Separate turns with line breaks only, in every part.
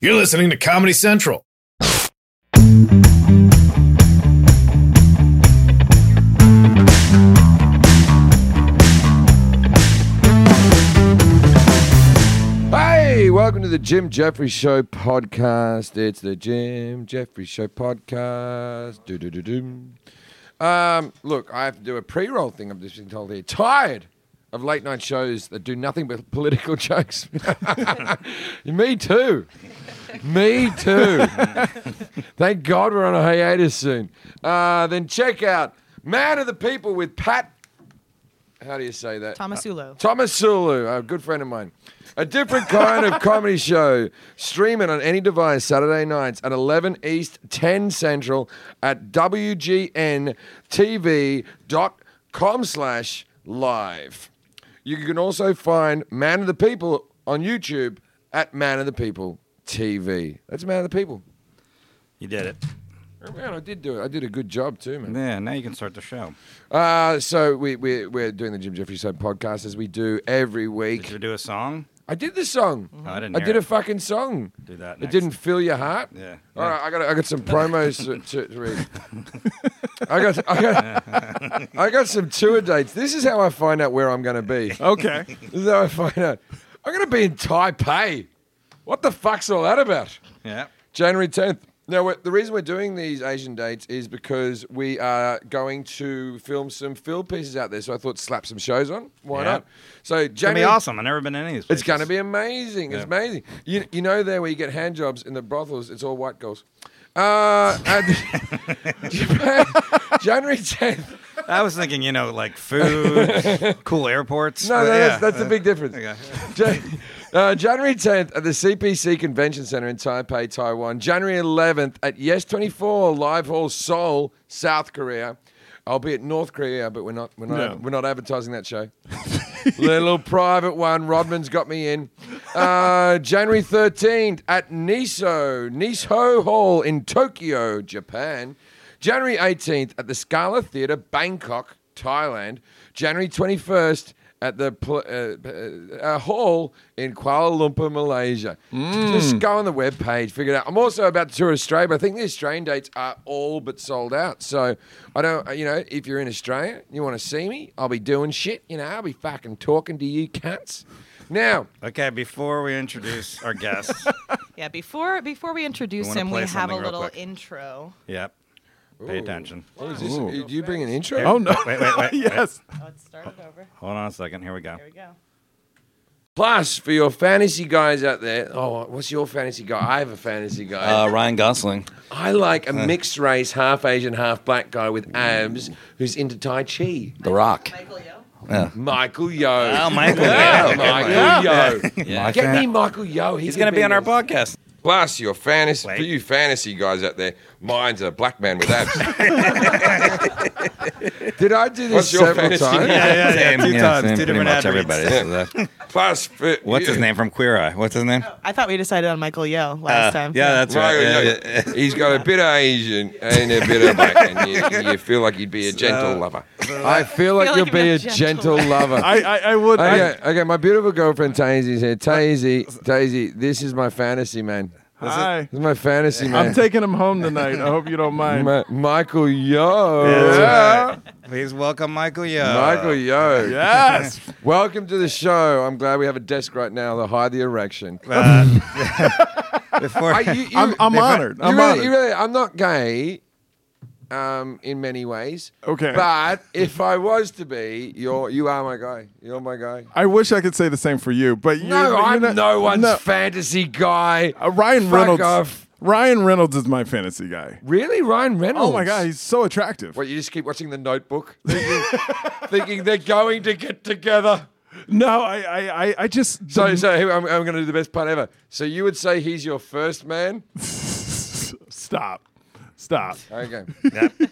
You're listening to Comedy Central.
Hey, welcome to the Jim Jeffries Show podcast. It's the Jim Jeffries Show podcast. Do do do do. Um, look, I have to do a pre-roll thing. I've just been told here. Tired of late night shows that do nothing but political jokes. Me too. Me too. Thank God we're on a hiatus soon. Uh, then check out Man of the People with Pat. How do you say that?
Uh,
Tomasulo.
Thomas Sulu, a good friend of mine. A different kind of comedy show. Streaming on any device Saturday nights at 11 East, 10 Central at WGNTV.com slash live. You can also find Man of the People on YouTube at Man of the People TV. That's Man of the People.
You did it.
Man, I did do it. I did a good job too, man.
Yeah, now you can start the show.
Uh, so we, we, we're doing the Jim Jeffries Show podcast as we do every
Did
week.
you do a song?
I did the song.
Oh, I didn't
I
hear
did a
it.
fucking song.
Do that
It
next.
didn't fill your heart.
Yeah.
All right, I got I got some promos to, to, to read. I got I got I got some tour dates. This is how I find out where I'm going to be.
Okay.
This is how I find out. I'm going to be in Taipei. What the fuck's all that about?
Yeah.
January 10th. Now, we're, the reason we're doing these Asian dates is because we are going to film some film pieces out there. So I thought slap some shows on. Why
Yeah.
not? So
It's gonna be
January
awesome. I've never been to any of these.
it's going to
places.
be amazing. It's
Yeah.
amazing. You, you know there where you get hand jobs in the brothels, it's all white girls. Uh, and- Japan, January 10th.
I was thinking, you know, like food, cool airports.
No,
but
no,
yeah.
that's, that's the big difference. Jan- uh, January 10th at the CPC Convention Center in Taipei, Taiwan. January 11th at Yes 24 Live Hall Seoul, South Korea. I'll be at North Korea, but we're not we're not
No.
we're not advertising that show. Little private one. Rodman's got me in. Uh, January 13th at Niso Niso Hall in Tokyo, Japan. January 18th at the Scala Theatre, Bangkok, Thailand. January 21st at the pl- uh, uh, uh, hall in Kuala Lumpur, Malaysia. Just go on the webpage, figure it out. I'm also about to tour Australia, but I think the Australian dates are all but sold out. So I don't, uh, you know, if you're in Australia, you want to see me, I'll be doing shit. You know, I'll be fucking talking to you cats. Now,
Okay, before we introduce our guest,
Yeah, before before we introduce
wanna
him,
play
we have a
something real
little
quick?
intro.
yep. Pay attention.
what is this? Do you bring an intro?
Oh no.
Wait, wait, wait.
yes.
Let's start it Oh, over.
Hold on a second. Here we go.
Here we go.
Plus, for your fantasy guys out there, oh, what's your fantasy guy? I have a fantasy guy.
Uh, Ryan Gosling.
I like a mixed race, half Asian, half black guy with abs who's into Tai Chi.
The Rock.
Michael Yo.
Michael Yo.
Oh, Michael.
Yeah,
Yeah.
Michael Yo.
Yeah.
Get me Michael Yo.
He's gonna be on our podcast.
Plus, your fantasy,
Wait.
for you fantasy guys out there, mine's a black man with abs. Did I do this
What's your
several
fantasy?
times?
Yeah, yeah, yeah. Two
yeah,
times,
same,
two
pretty
different
much
athletes.
everybody. So that-
Plus, for
What's his
you-
name from Queer Eye? What's his name?
I thought we decided on Michael Yo last time.
Uh, Yeah, that's right.
Michael
Yeah,
Yo.
yeah, yeah.
He's got a bit of Asian and a bit of black, and you, you feel like you'd be a gentle lover. I feel like,
like
you'll
you'd
be, a gentle, lover.
I, I, I would. I-
Okay, okay, my beautiful girlfriend Taisy's here. Taisy, Taisy, this is my fantasy man.
hi.
This is my fantasy man.
I'm taking him home tonight. I hope you don't mind.
Ma- Michael Yo.
That's
Yeah.
right. Please welcome Michael Yo.
Michael Yo.
Yes.
Welcome to the show. I'm glad we have a desk right now to hide the erection.
Uh, before
I, you, you,
I'm, I'm honored.
you
I'm
really,
honored.
you really, I'm not gay um, in many ways.
Okay.
But if I was to be, you're, you are my guy. You're my guy.
I wish I could say the same for you, but you,
No,
you're
I'm
not-
no one's
no.
fantasy guy.
Uh, Ryan
Fuck
Reynolds.
off.
Ryan Reynolds is my fantasy guy.
Really? Ryan Reynolds?
Oh my god, he's so attractive.
What, you just keep watching The Notebook? Thinking, thinking they're going to get together.
No, I, I, I, I just.
So, so here- I'm, I'm going to do the best part ever. So you would say he's your first man?
stop, stop.
Okay.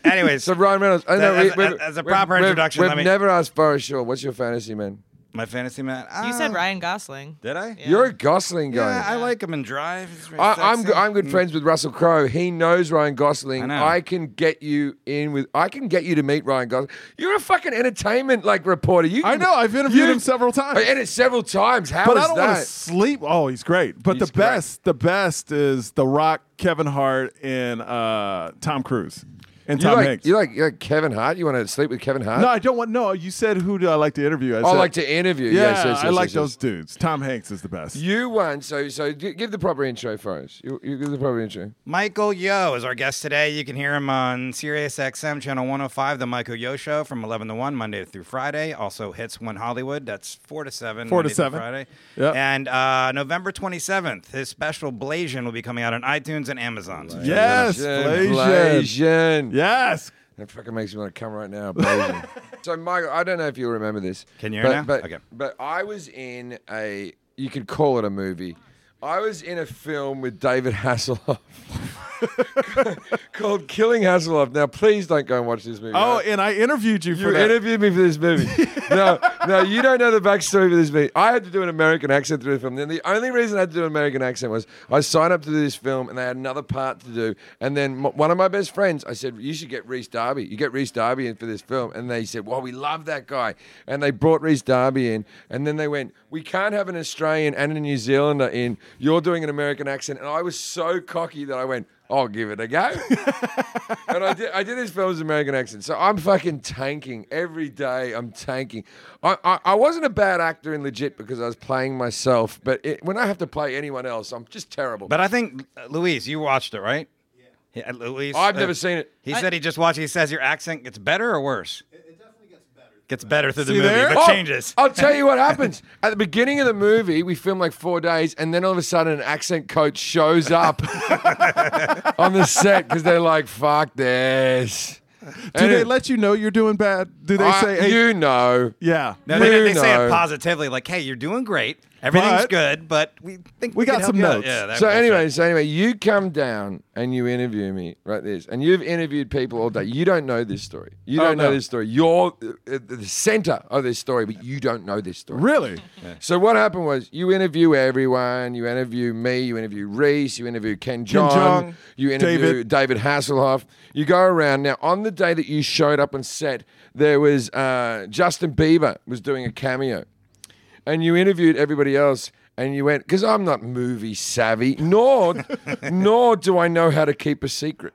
Anyways,
So Ryan Reynolds. I know
As-
we-
as- as a proper
we've-
introduction,
we've
let me-
never asked Boris Shaw, what's your fantasy man?
My fantasy man.
You said Ryan Gosling.
Did I?
Yeah.
You're a Gosling guy.
Yeah, I like him in Drive. He's very
I, I'm
sexy.
go- I'm
Mm.
good friends with Russell Crowe. He knows Ryan Gosling.
I know.
I, can get you in with. I can get you to meet Ryan Gosling. You're a fucking entertainment like reporter. You
I
can-
know. I've interviewed
you-
him several
I
times.
and it several times. How is
But I don't want to
that?
sleep. Oh, he's great. But
He's
the best, the best is The Rock, Kevin Hart, and uh, Tom Cruise, and
You
Tom
like,
Hanks.
you like you like Kevin Hart. You want to sleep with Kevin Hart?
no, I don't want. No, you said who do I like to interview? I
Oh, I
said-
like to interview.
Yeah,
yes, yes,
I
yes,
like
yes, yes.
those dudes. Tom Hanks is the best.
You won. So so gi- give the proper intro first. You, you give the proper intro.
Michael Yo is our guest today. You can hear him on Sirius XM Channel 105, The Michael Yo Show, from 11 to 1, Monday through Friday. Also hits One Hollywood. That's 4 to 7.
4 to
Monday through
7.
Friday.
Yep.
And uh, November 27th, his special Blasian will be coming out on iTunes and Amazon. So
yes, Blasian.
Blasian.
Yes.
That fucking makes me want to come right now. Blasian. so, Michael, I don't know if you'll remember this.
Can you hear
but,
now?
But,
Okay.
But I was in a, you could call it a movie. I was in a film with David Hasselhoff called Killing Hasselhoff. Now, please don't go and watch this movie.
Oh, and I interviewed you for
You
that.
interviewed me for this movie. no, no, you don't know the backstory for this movie. I had to do an American accent through the film. Then the only reason I had to do an American accent was I signed up to do this film and they had another part to do. And then m- one of my best friends, I said, You should get Reese Darby. You get Reese Darby in for this film. And they said, Well, we love that guy. And they brought Reese Darby in. And then they went, We can't have an Australian and a New Zealander in. You're doing an American accent. And I was so cocky that I went, I'll give it a go. and I did, I did this film as an American accent. So I'm fucking tanking every day. I'm tanking. I, I, I wasn't a bad actor in legit because I was playing myself, but it, when I have to play anyone else, I'm just terrible.
But I think, uh, Luis, you watched it, right? Yeah. Luis.
I've
uh,
never seen it.
He said he just watched it. He says your accent gets better or worse? It, definitely gets better. Gets better through the
See
movie,
there?
but
Oh,
changes.
I'll tell you what happens. At the beginning of the movie, we film like four days, and then all of a sudden, an accent coach shows up on the set because they're like, "Fuck this."
Do they let you know you're doing bad? Do they say, hey,
you know?
yeah,
No, they,
You
they say
know.
it positively, like, "Hey, you're doing great. Everything's
But-
good, but we think
We
can
got
help
some
you out."
notes.
Yeah, that
So
bullshit.
anyway, so anyway, you come down and you interview me right this, and you've interviewed people all day. You don't know this story. You
Oh,
don't know
no.
this story. You're uh, at the center of this story, but you don't know this story.
really?
So what happened was you interview everyone. You interview me. You interview Reese. You interview Ken John.
Jeong,
you interview David.
David.
Hasselhoff. You go around. Now on the day that you showed up on set, there was uh, Justin Bieber was doing a cameo, and you interviewed everybody else. And you went because I'm not movie savvy, nor nor do I know how to keep a secret,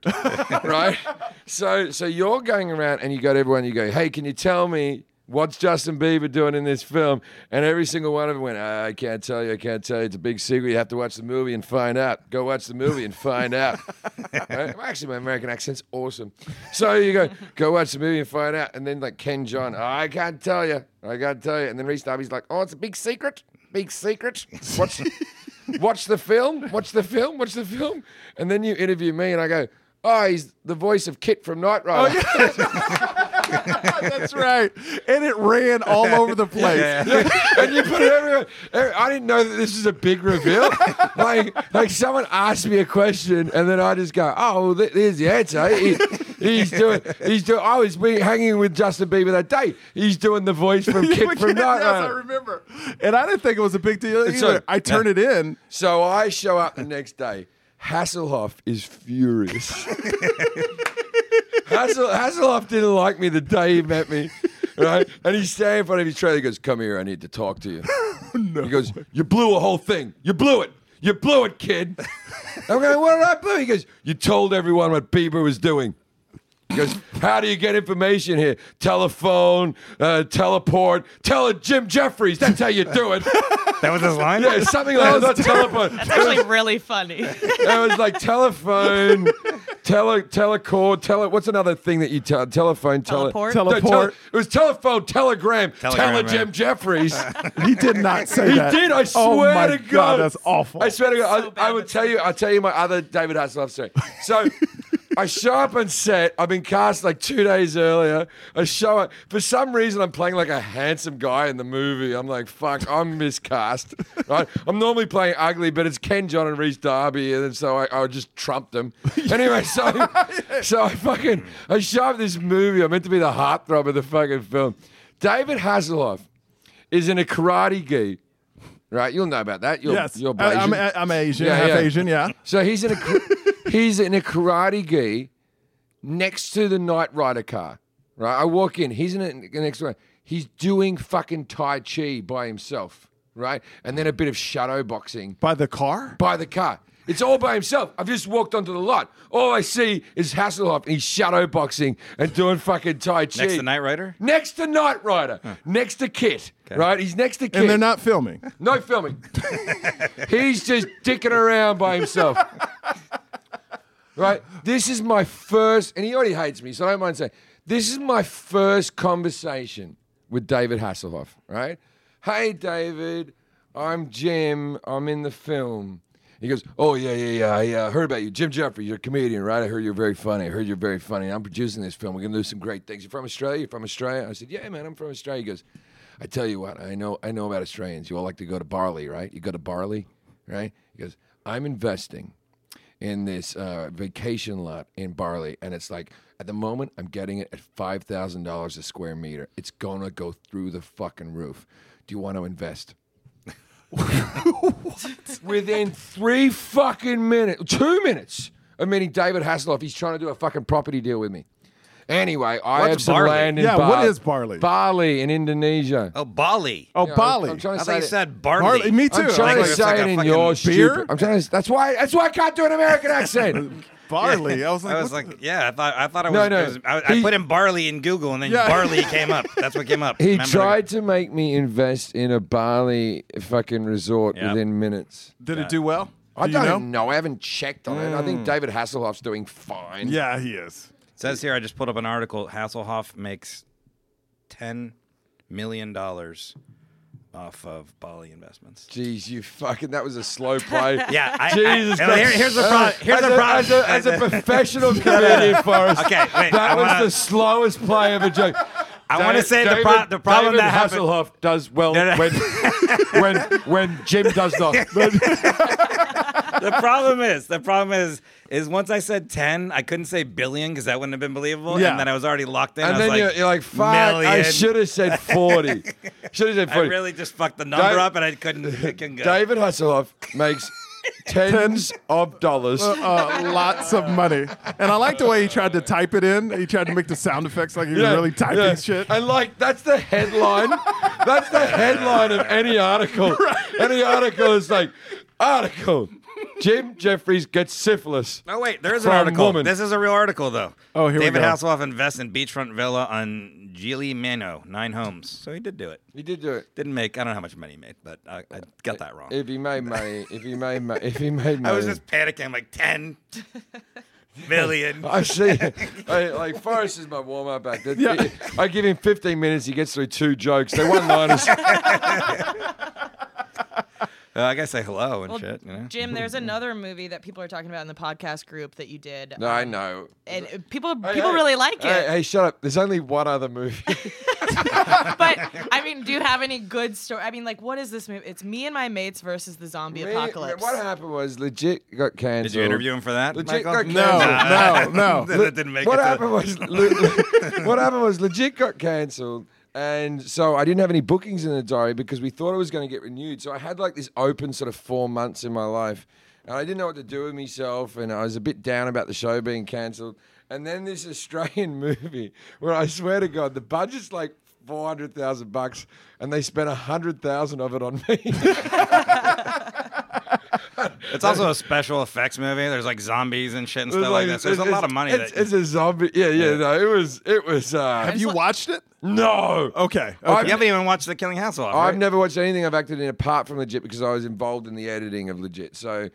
right? So so you're going around and you go to everyone. You go, hey, can you tell me What's Justin Bieber doing in this film? And every single one of them went, I can't tell you, I can't tell you. It's a big secret. You have to watch the movie and find out. Go watch the movie and find out. Right? Actually, my American accent's awesome. So you go, go watch the movie and find out. And then like Ken John, I can't tell you, I can't tell you. And then Reese Darby's like, oh, it's a big secret, big secret. Watch, watch the film, watch the film, watch the film. And then you interview me and I go, oh, he's the voice of Kit from Knight Rider.
Oh, That's right. And it ran all over the place.
and you put it everywhere. Every- I didn't know that this was a big reveal. like, like someone asked me a question, and then I just go, "Oh, well, th- there's the answer." He- he's doing. He's doing. I was be- hanging with Justin Bieber that day. He's doing the voice from
We
Kid from
can't-
Night
yes, I
Rider.
remember. And I didn't think it was a big deal either.
so-
I turned it in.
So I show up the next day. Hasselhoff is furious. Hassel, Hasselhoff didn't like me the day he met me, right? And he's standing in front of his trailer. He goes, "Come here, I need to talk to you." He goes, "You blew a whole thing. You blew it. You blew it, kid." I'm going, "What did I blow?" He goes, "You told everyone what Bieber was doing." He goes, "How do you get information here? Telephone, uh, teleport, tele Jim Jeffries. That's how you do it."
that was his line.
Yeah, something like that. Not telephone.
That's actually really funny.
It was like telephone, tele telecord, tele. What's another thing that you tell? Telephone, tele,
Teleport?
No, tele-
Teleport.
it was telephone, telegram,
Telegram,
telegem
right.
Jeffries.
He did not say
He
that.
did. I swear
oh my
to God.
that's awful.
I swear to God,
So
I, I
bad,
will
that's
tell you. I'll tell you my other David Hasselhoff story. So. I show up on set. I've been cast like two days earlier. I show up. For some reason, I'm playing like a handsome guy in the movie. I'm like, fuck, I'm miscast. Right? I'm normally playing ugly, but it's Ken John and Reese Darby, and so I, I just trumped them. Anyway, so so I fucking I show up this movie. I'm meant to be the heartthrob of the fucking film. David Hasselhoff is in a karate gi. Right, you'll know about that. You're,
yes,
you're
I-
Blasian.
I'm, I'm Asian,
Yeah,
half
yeah.
Asian. Yeah,
So he's in a kar- he's in a karate gi next to the Knight Rider car. Right, I walk in. He's in a, the next one. He's doing fucking tai chi by himself. Right, and then a bit of shadow boxing
by the car.
by the car. It's all by himself. I've just walked onto the lot. All I see is Hasselhoff. And he's shadow boxing and doing fucking tai chi.
Next to Knight Rider?
Next to Knight Rider. Next to Kit. Right, he's next to Kit.
And they're not filming.
No filming. He's just dicking around by himself. right? This is my first, and he already hates me, so I don't mind saying, this is my first conversation with David Hasselhoff, right? Hey, David, I'm Jim. I'm in the film. He goes, Oh, yeah, yeah, yeah. I uh, heard about you. Jim Jeffrey, you're a comedian, right? I heard you're very funny. I heard you're very funny. I'm producing this film. We're going to do some great things. You're from Australia? You're from Australia? I said, Yeah, man, I'm from Australia. He goes, I tell you what, I know I know about Australians. You all like to go to barley, right? You go to barley, right? He goes, I'm investing in this uh, vacation lot in Barley, and it's like at the moment I'm getting it at five thousand dollars a square meter. It's gonna go through the fucking roof. Do you want to invest? Within three fucking minutes, two minutes of meeting David Hasselhoff, he's trying to do a fucking property deal with me. Anyway, I
What's
have some
barley?
land in
Yeah, what
Bar-
is barley?
Bali in Indonesia.
Oh, Bali.
Oh,
Yeah, I'm-
Bali.
I'm trying
I
to
thought
say
you
that-
said barley.
Barley. Me too.
I'm trying
I
to
was
it's
say
like,
like
it
a
in
fucking
your
beer?
stupid. I'm trying to. That's why. That's why I can't do an American accent.
barley. I was like,
I was
what
like, yeah, I thought I thought I was.
No, no.
it was- I, I
He-
put in barley in Google, and then
Yeah.
barley came up. That's what came up.
He
Remember?
tried to make me invest in a Bali fucking resort
Yeah.
within minutes.
the- did it do well?
I
Do you
don't I haven't checked on it. I think David Hasselhoff's doing fine.
Yeah, he is.
It says here, I just pulled up an article. Hasselhoff makes ten million dollars off of Bali investments.
Jeez, you fucking. That was a slow play.
Yeah, I,
Jesus
I,
Christ.
here- here's the problem. Here's
as
the
a,
problem.
As a, as a professional comedian, Forrest,
Okay, wait, I
that was
wanna-
the slowest play of a joke.
I wanna
David-
say the
David-
pro- the problem
David
that happened-
Hasselhoff does well
No, no.
when when when Jim does not.
the problem is the problem is is once I said ten, I couldn't say billion because that wouldn't have been believable.
Yeah.
And then I was already locked in.
And
I was
then you're,
like,
you're like, fuck, I
million."
should have said 40. should have said 40.
I really just fucked the number
Dave-
up, and I couldn't. I couldn't go.
David Hasselhoff makes tens of dollars.
Uh, lots of money. And I like the way he tried to type it in. He tried to make the sound effects like he was
Yeah,
really typing
yeah.
shit.
And like that's the headline. that's the headline of any article. Any article is like article. Jim Jeffries gets syphilis.
Oh wait, there is an
From
article.
woman.
This is a real article though.
Oh, here we
David
go.
Hasselhoff invests in beachfront villa on Gili Mano, nine homes. So he did do it.
He did do it.
Didn't make. I don't know how much money he made, but I, I got that wrong.
If he made money, if he made money, if he made
I
money.
was just panicking, like ten million.
I see. I, like Forrest is my warm up act. That-
Yeah.
I give him 15 minutes. He gets through two jokes. They're one liners.
Uh, I gotta say hello and
Well,
shit. You know?
Jim, there's another movie that people are talking about in the podcast group that you did.
no, I know.
And uh,
Oh,
people
Hey,
people
hey,
really like
hey,
it.
Hey, shut up. There's only one other movie.
But I mean, do you have any good story? I mean, like, what is this movie? It's me and my mates versus the zombie
Me-
apocalypse.
What happened was legit got canceled.
Did you interview him for that?
Legit
Michael?
got
No,
canceled.
no, no.
that didn't make
what
it. to-
happened was what happened was legit got cancelled and so i didn't have any bookings in the diary because we thought it was going to get renewed so i had like this open sort of four months in my life and i didn't know what to do with myself and i was a bit down about the show being cancelled and then this australian movie where i swear to god the budget's like 400,000 bucks and they spent 100,000 of it on me.
it's also a special effects movie. There's like zombies and shit and
It was
stuff like, this. There's a
it's-
lot of money.
It's,
that,
it's a zombie. Yeah, yeah, no. It was it was uh
Have you watched it?
no.
Okay.
I've
okay.
you Oh, haven't even watched The Killing Hasselhoff.
I've
right?
never watched anything I've acted in apart from Legit because I was involved in the editing of Legit. So,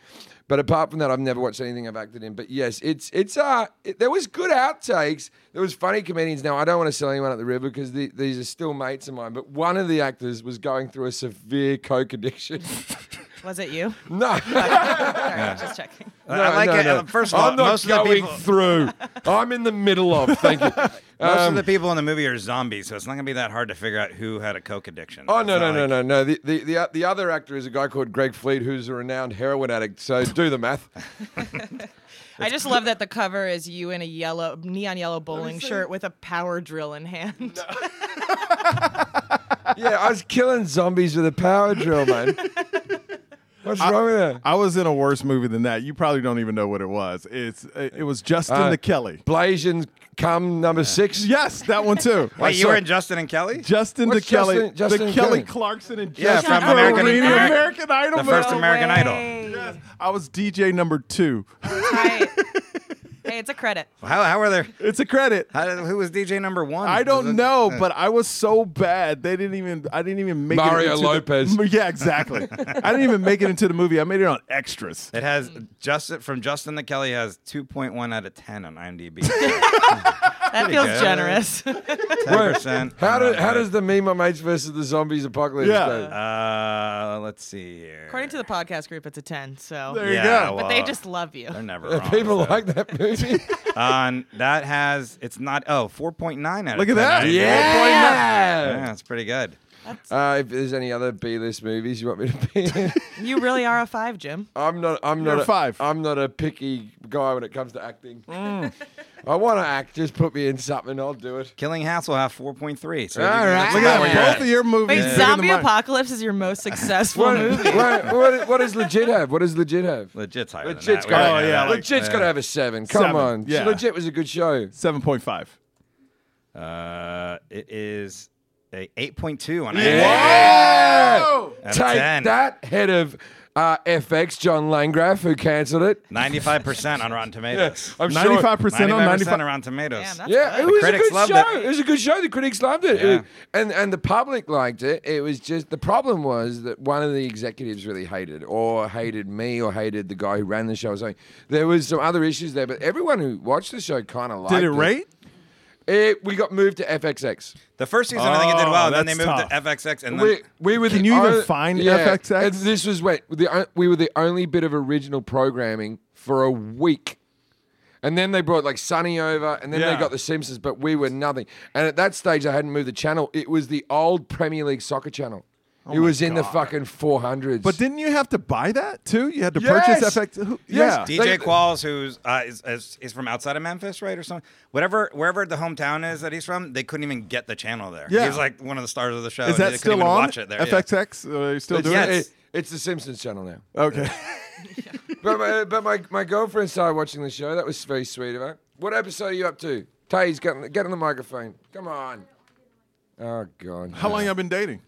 but apart from that, I've never watched anything I've acted in. But yes, it's it's uh it, there was good outtakes. There was funny comedians. Now I don't want to sell anyone at the river because the, these are still mates of mine. But one of the actors was going through a severe coke addiction.
Was it you?
no,
Sorry, just checking.
I- I like
no,
it.
no.
uh, First of all,
I'm not
most of the
going
people,
through. I'm in the middle of. Thank you.
Most
Um,
of the people in the movie are zombies, so it's not gonna be that hard to figure out who had a coke addiction.
Oh
It's
no
not
no no
like-
no no the the, the the other actor is a guy called Greg Fleet who's a renowned heroin addict. So do the math.
I just love that the cover is you in a yellow neon yellow bowling shirt with a power drill in hand.
yeah, I was killing zombies with a power drill, man. What's wrong with that?
I was in a worse movie than that. You probably don't even know what it was. It's it, it was Justin
Uh,
the Kelly.
Blasian come number six.
Yes, that one too.
I
Wait, you
saw-
were in Justin and Kelly?
Justin the
What's
Kelly,
Justin- Justin
the
and
Kelly
Kelly?
Clarkson and
Yeah,
Justin
from American-
Marine in
Ameri-
American Idol.
the
man.
first American Idol.
Yes, I was DJ number two.
Right. hey, it's a credit.
How, how were there?
It's a credit.
How, did- who was DJ number one?
I
Was it-
don't know,
uh,
but I was so bad they didn't even. I didn't even make
Mario
it into
Lopez.
The, yeah, exactly. I didn't even make it into the movie. I made it on extras.
It has Justin from Justin the Kelly has 2.1 out of 10 on IMDb.
That feels
good.
generous.
10%.
How, do,
did?
how does the Me My Mates versus the Zombies Apocalypse
Yeah.
go?
Uh, let's see here.
According to the podcast group, it's a 10. So,
There you
Yeah,
go.
but they just love you.
They're never
Yeah,
wrong,
people
so.
like that movie.
Um, that has it's not oh 4.9 out of
Look
10
at that.
IMDb.
yeah.
Yeah, that's pretty good.
Uh, if there's any other B-list movies you want me to be in,
You really are a five, Jim.
I'm not. I'm
You're
not
a five. Mm.
I'm not a picky guy when it comes to acting. I want to act. Just put me in something. I'll do it.
Killing House will have 4.3. So
All
you-
right.
that's
Look
about
at
where
that.
you're
Both
at.
of your movies.
Wait,
bigger than
Zombie
mine.
Apocalypse is your most successful
What,
movie.
what, what, what does legit have? What does legit have?
Legit's higher than
Legit's
that.
got.
We
gotta-
Oh
Oh,
already know
yeah,
yeah.
that.
like-
Legit's got to have a seven. Come
Seven,
on.
yeah.
Legit was a good show.
Seven point five.
Uh, it is a 8.2 on IMDb.
Yeah.
Out of
Take
10.
that head of uh, FX John Langraf who cancelled it.
95% on Rotten Tomatoes.
I'm sure-
Ninety-five percent on
95%
ninety-five.
on Rotten Tomatoes.
Damn, that's
Yeah,
good.
it was
critics
a good
loved
show.
it.
It. was a good show. The critics loved it. It
Yeah.
was- and and the public liked it. It was just the problem was that one of the executives really hated, or hated me, or hated the guy who ran the show. or something. there was some other issues there, but everyone who watched the show kind of liked it.
Did it rate?
It- we got moved to FXX.
The first season, I think it did
Oh,
well. and Then they
that's
moved
tough.
to FXX, and then
We, we were
Can
the
you even
on-
find
yeah,
FXX?
and This was wait, the, on- we were the only bit of original programming for a week. And then they brought like Sunny over, and then
Yeah.
they got The Simpsons, but we were nothing. And at that stage, I hadn't moved the channel. It was the old Premier League soccer channel. it was in the
Oh God.
fucking 400s.
But didn't you have to buy that too? You had to
Yes.
purchase FX. Who,
Yes,
yeah.
D-
DJ
They-
Qualls, who's uh, is, is, is from outside of Memphis, right, or something. Whatever, wherever the hometown is that he's from, they couldn't even get the channel there.
Yeah.
he was like one of the stars of the show.
Is
and
that
Oh, they couldn't
still
even
on?
Watch it there. yeah.
FXX? Are you still
it's,
doing
Yes.
it?
it- it's The Simpsons channel now.
Okay.
But, my, uh, but my, my girlfriend started watching the show. That was very sweet of her. What episode are you up to? Tay's, get, on- get on the microphone. Come on. Oh, God.
How long you been dating?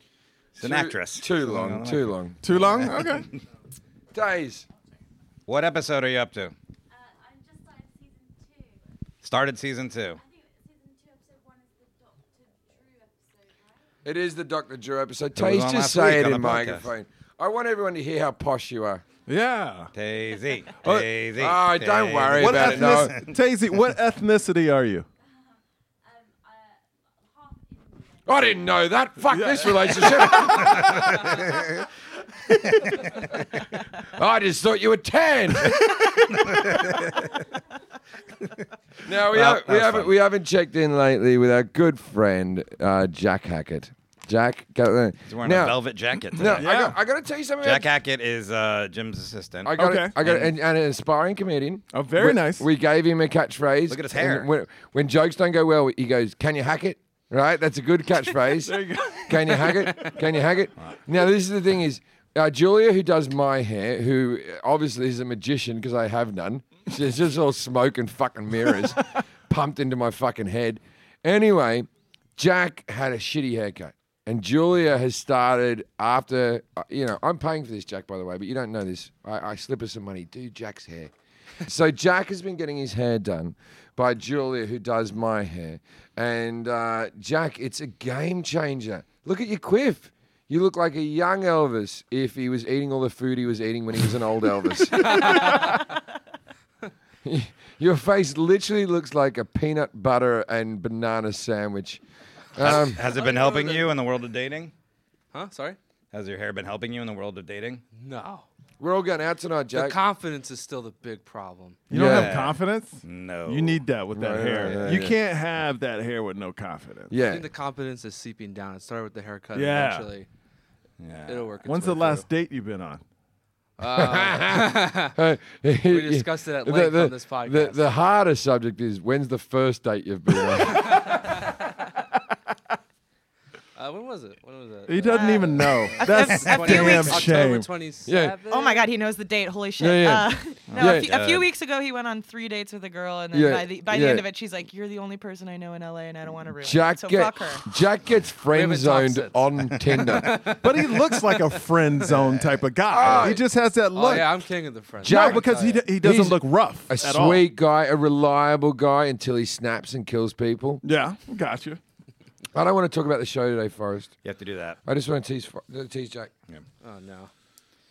It's an actress.
Too long, too long.
Too long? Okay.
Days.
What episode are you up to?
Uh, I'm just started season two.
Started season two.
I think season two, episode one is the Doctor Drew episode, right?
It is the Dr. Drew episode.
was
Taze,
on
just
last week
say it
on
in
the podcast.
microphone. I want everyone to hear how posh you are.
Yeah.
Daisy, Daisy.
Oh, don't
Daisy.
worry.
What
about it, no.
ethnic- Tazy, what ethnicity are you?
Um, uh, half Indian.
I didn't know that. Fuck
Yeah.
this relationship. I just thought you were tan. now we,
Well,
have,
that
we
was
haven't
fun.
we haven't checked in lately with our good friend uh, Jack Hackett. Jack, go uh,
He's wearing
now,
a velvet jacket. Today.
now, I,
Yeah.
got, I got to tell you something.
Jack
about,
Hackett is uh, Jim's assistant.
I got
Okay.
I got and, and an aspiring comedian.
Oh, very
We-
nice.
We gave him a catchphrase.
Look at his
and
hair.
When, when jokes don't go well, he goes, "Can you hack it?" Right? That's a good catchphrase. there you go. Can you hack it? Can you hack it? Now, this is the thing is. Uh, Julia, who does my hair, who uh, obviously is a magician because I have none. She's just all smoke and fucking mirrors pumped into my fucking head. Anyway, Jack had a shitty haircut. And Julia has started after, uh, you know, I'm paying for this, Jack, by the way, but you don't know this. I, I slip her some money. Do Jack's hair. so Jack has been getting his hair done by Julia, who does my hair. And uh, Jack, it's a game changer. Look at your quiff. You look like a young Elvis if he was eating all the food he was eating when he was an old Elvis. Your face literally looks like a peanut butter and banana sandwich. Um,
has, has it been helping you in the world of dating?
Huh? Sorry?
Has your hair been helping you in the world of dating?
No.
We're all going out tonight,
The
Jack.
confidence is still the big problem.
You don't
Yeah.
have confidence?
No.
You need that with that
Right,
hair.
right, right,
you
yeah.
can't have that hair with no confidence.
I
yeah.
think the confidence is seeping down. It started with the haircut.
Yeah. Uh,
Eventually,
Yeah.
it'll work. its
When's
way
the last
through.
date you've been on?
we
discussed it at length on this
The,
podcast.
the harder subject is when's the first date you've been on?
Uh, When was it? When was that?
He doesn't even know. That's
a few
a damn
weeks-
shame.
October 27th.
Oh my god, he knows the date. Holy shit.
Yeah, yeah.
Uh, no,
Yeah.
a, few, a few
Uh,
weeks ago, he went on three dates with a girl, and then
Yeah,
by the by
yeah.
the end of it, she's like, "You're the only person I know in LA, and I don't want to ruin
Jack,
it." So
get-
fuck her.
Jack gets friend
haven't talked
zoned
since.
on Tinder.
But he looks like a friend zone type of guy. He just has that
Oh
look.
yeah, I'm king of the friends.
Jack-
no, because he, d- he
He's
doesn't look rough.
A
at all.
sweet guy, a reliable guy until he snaps and kills people.
Yeah, gotcha.
I don't want to talk about the show today, Forrest.
You have to do that.
I just want to tease, Fo- uh, tease Jack.
Oh no.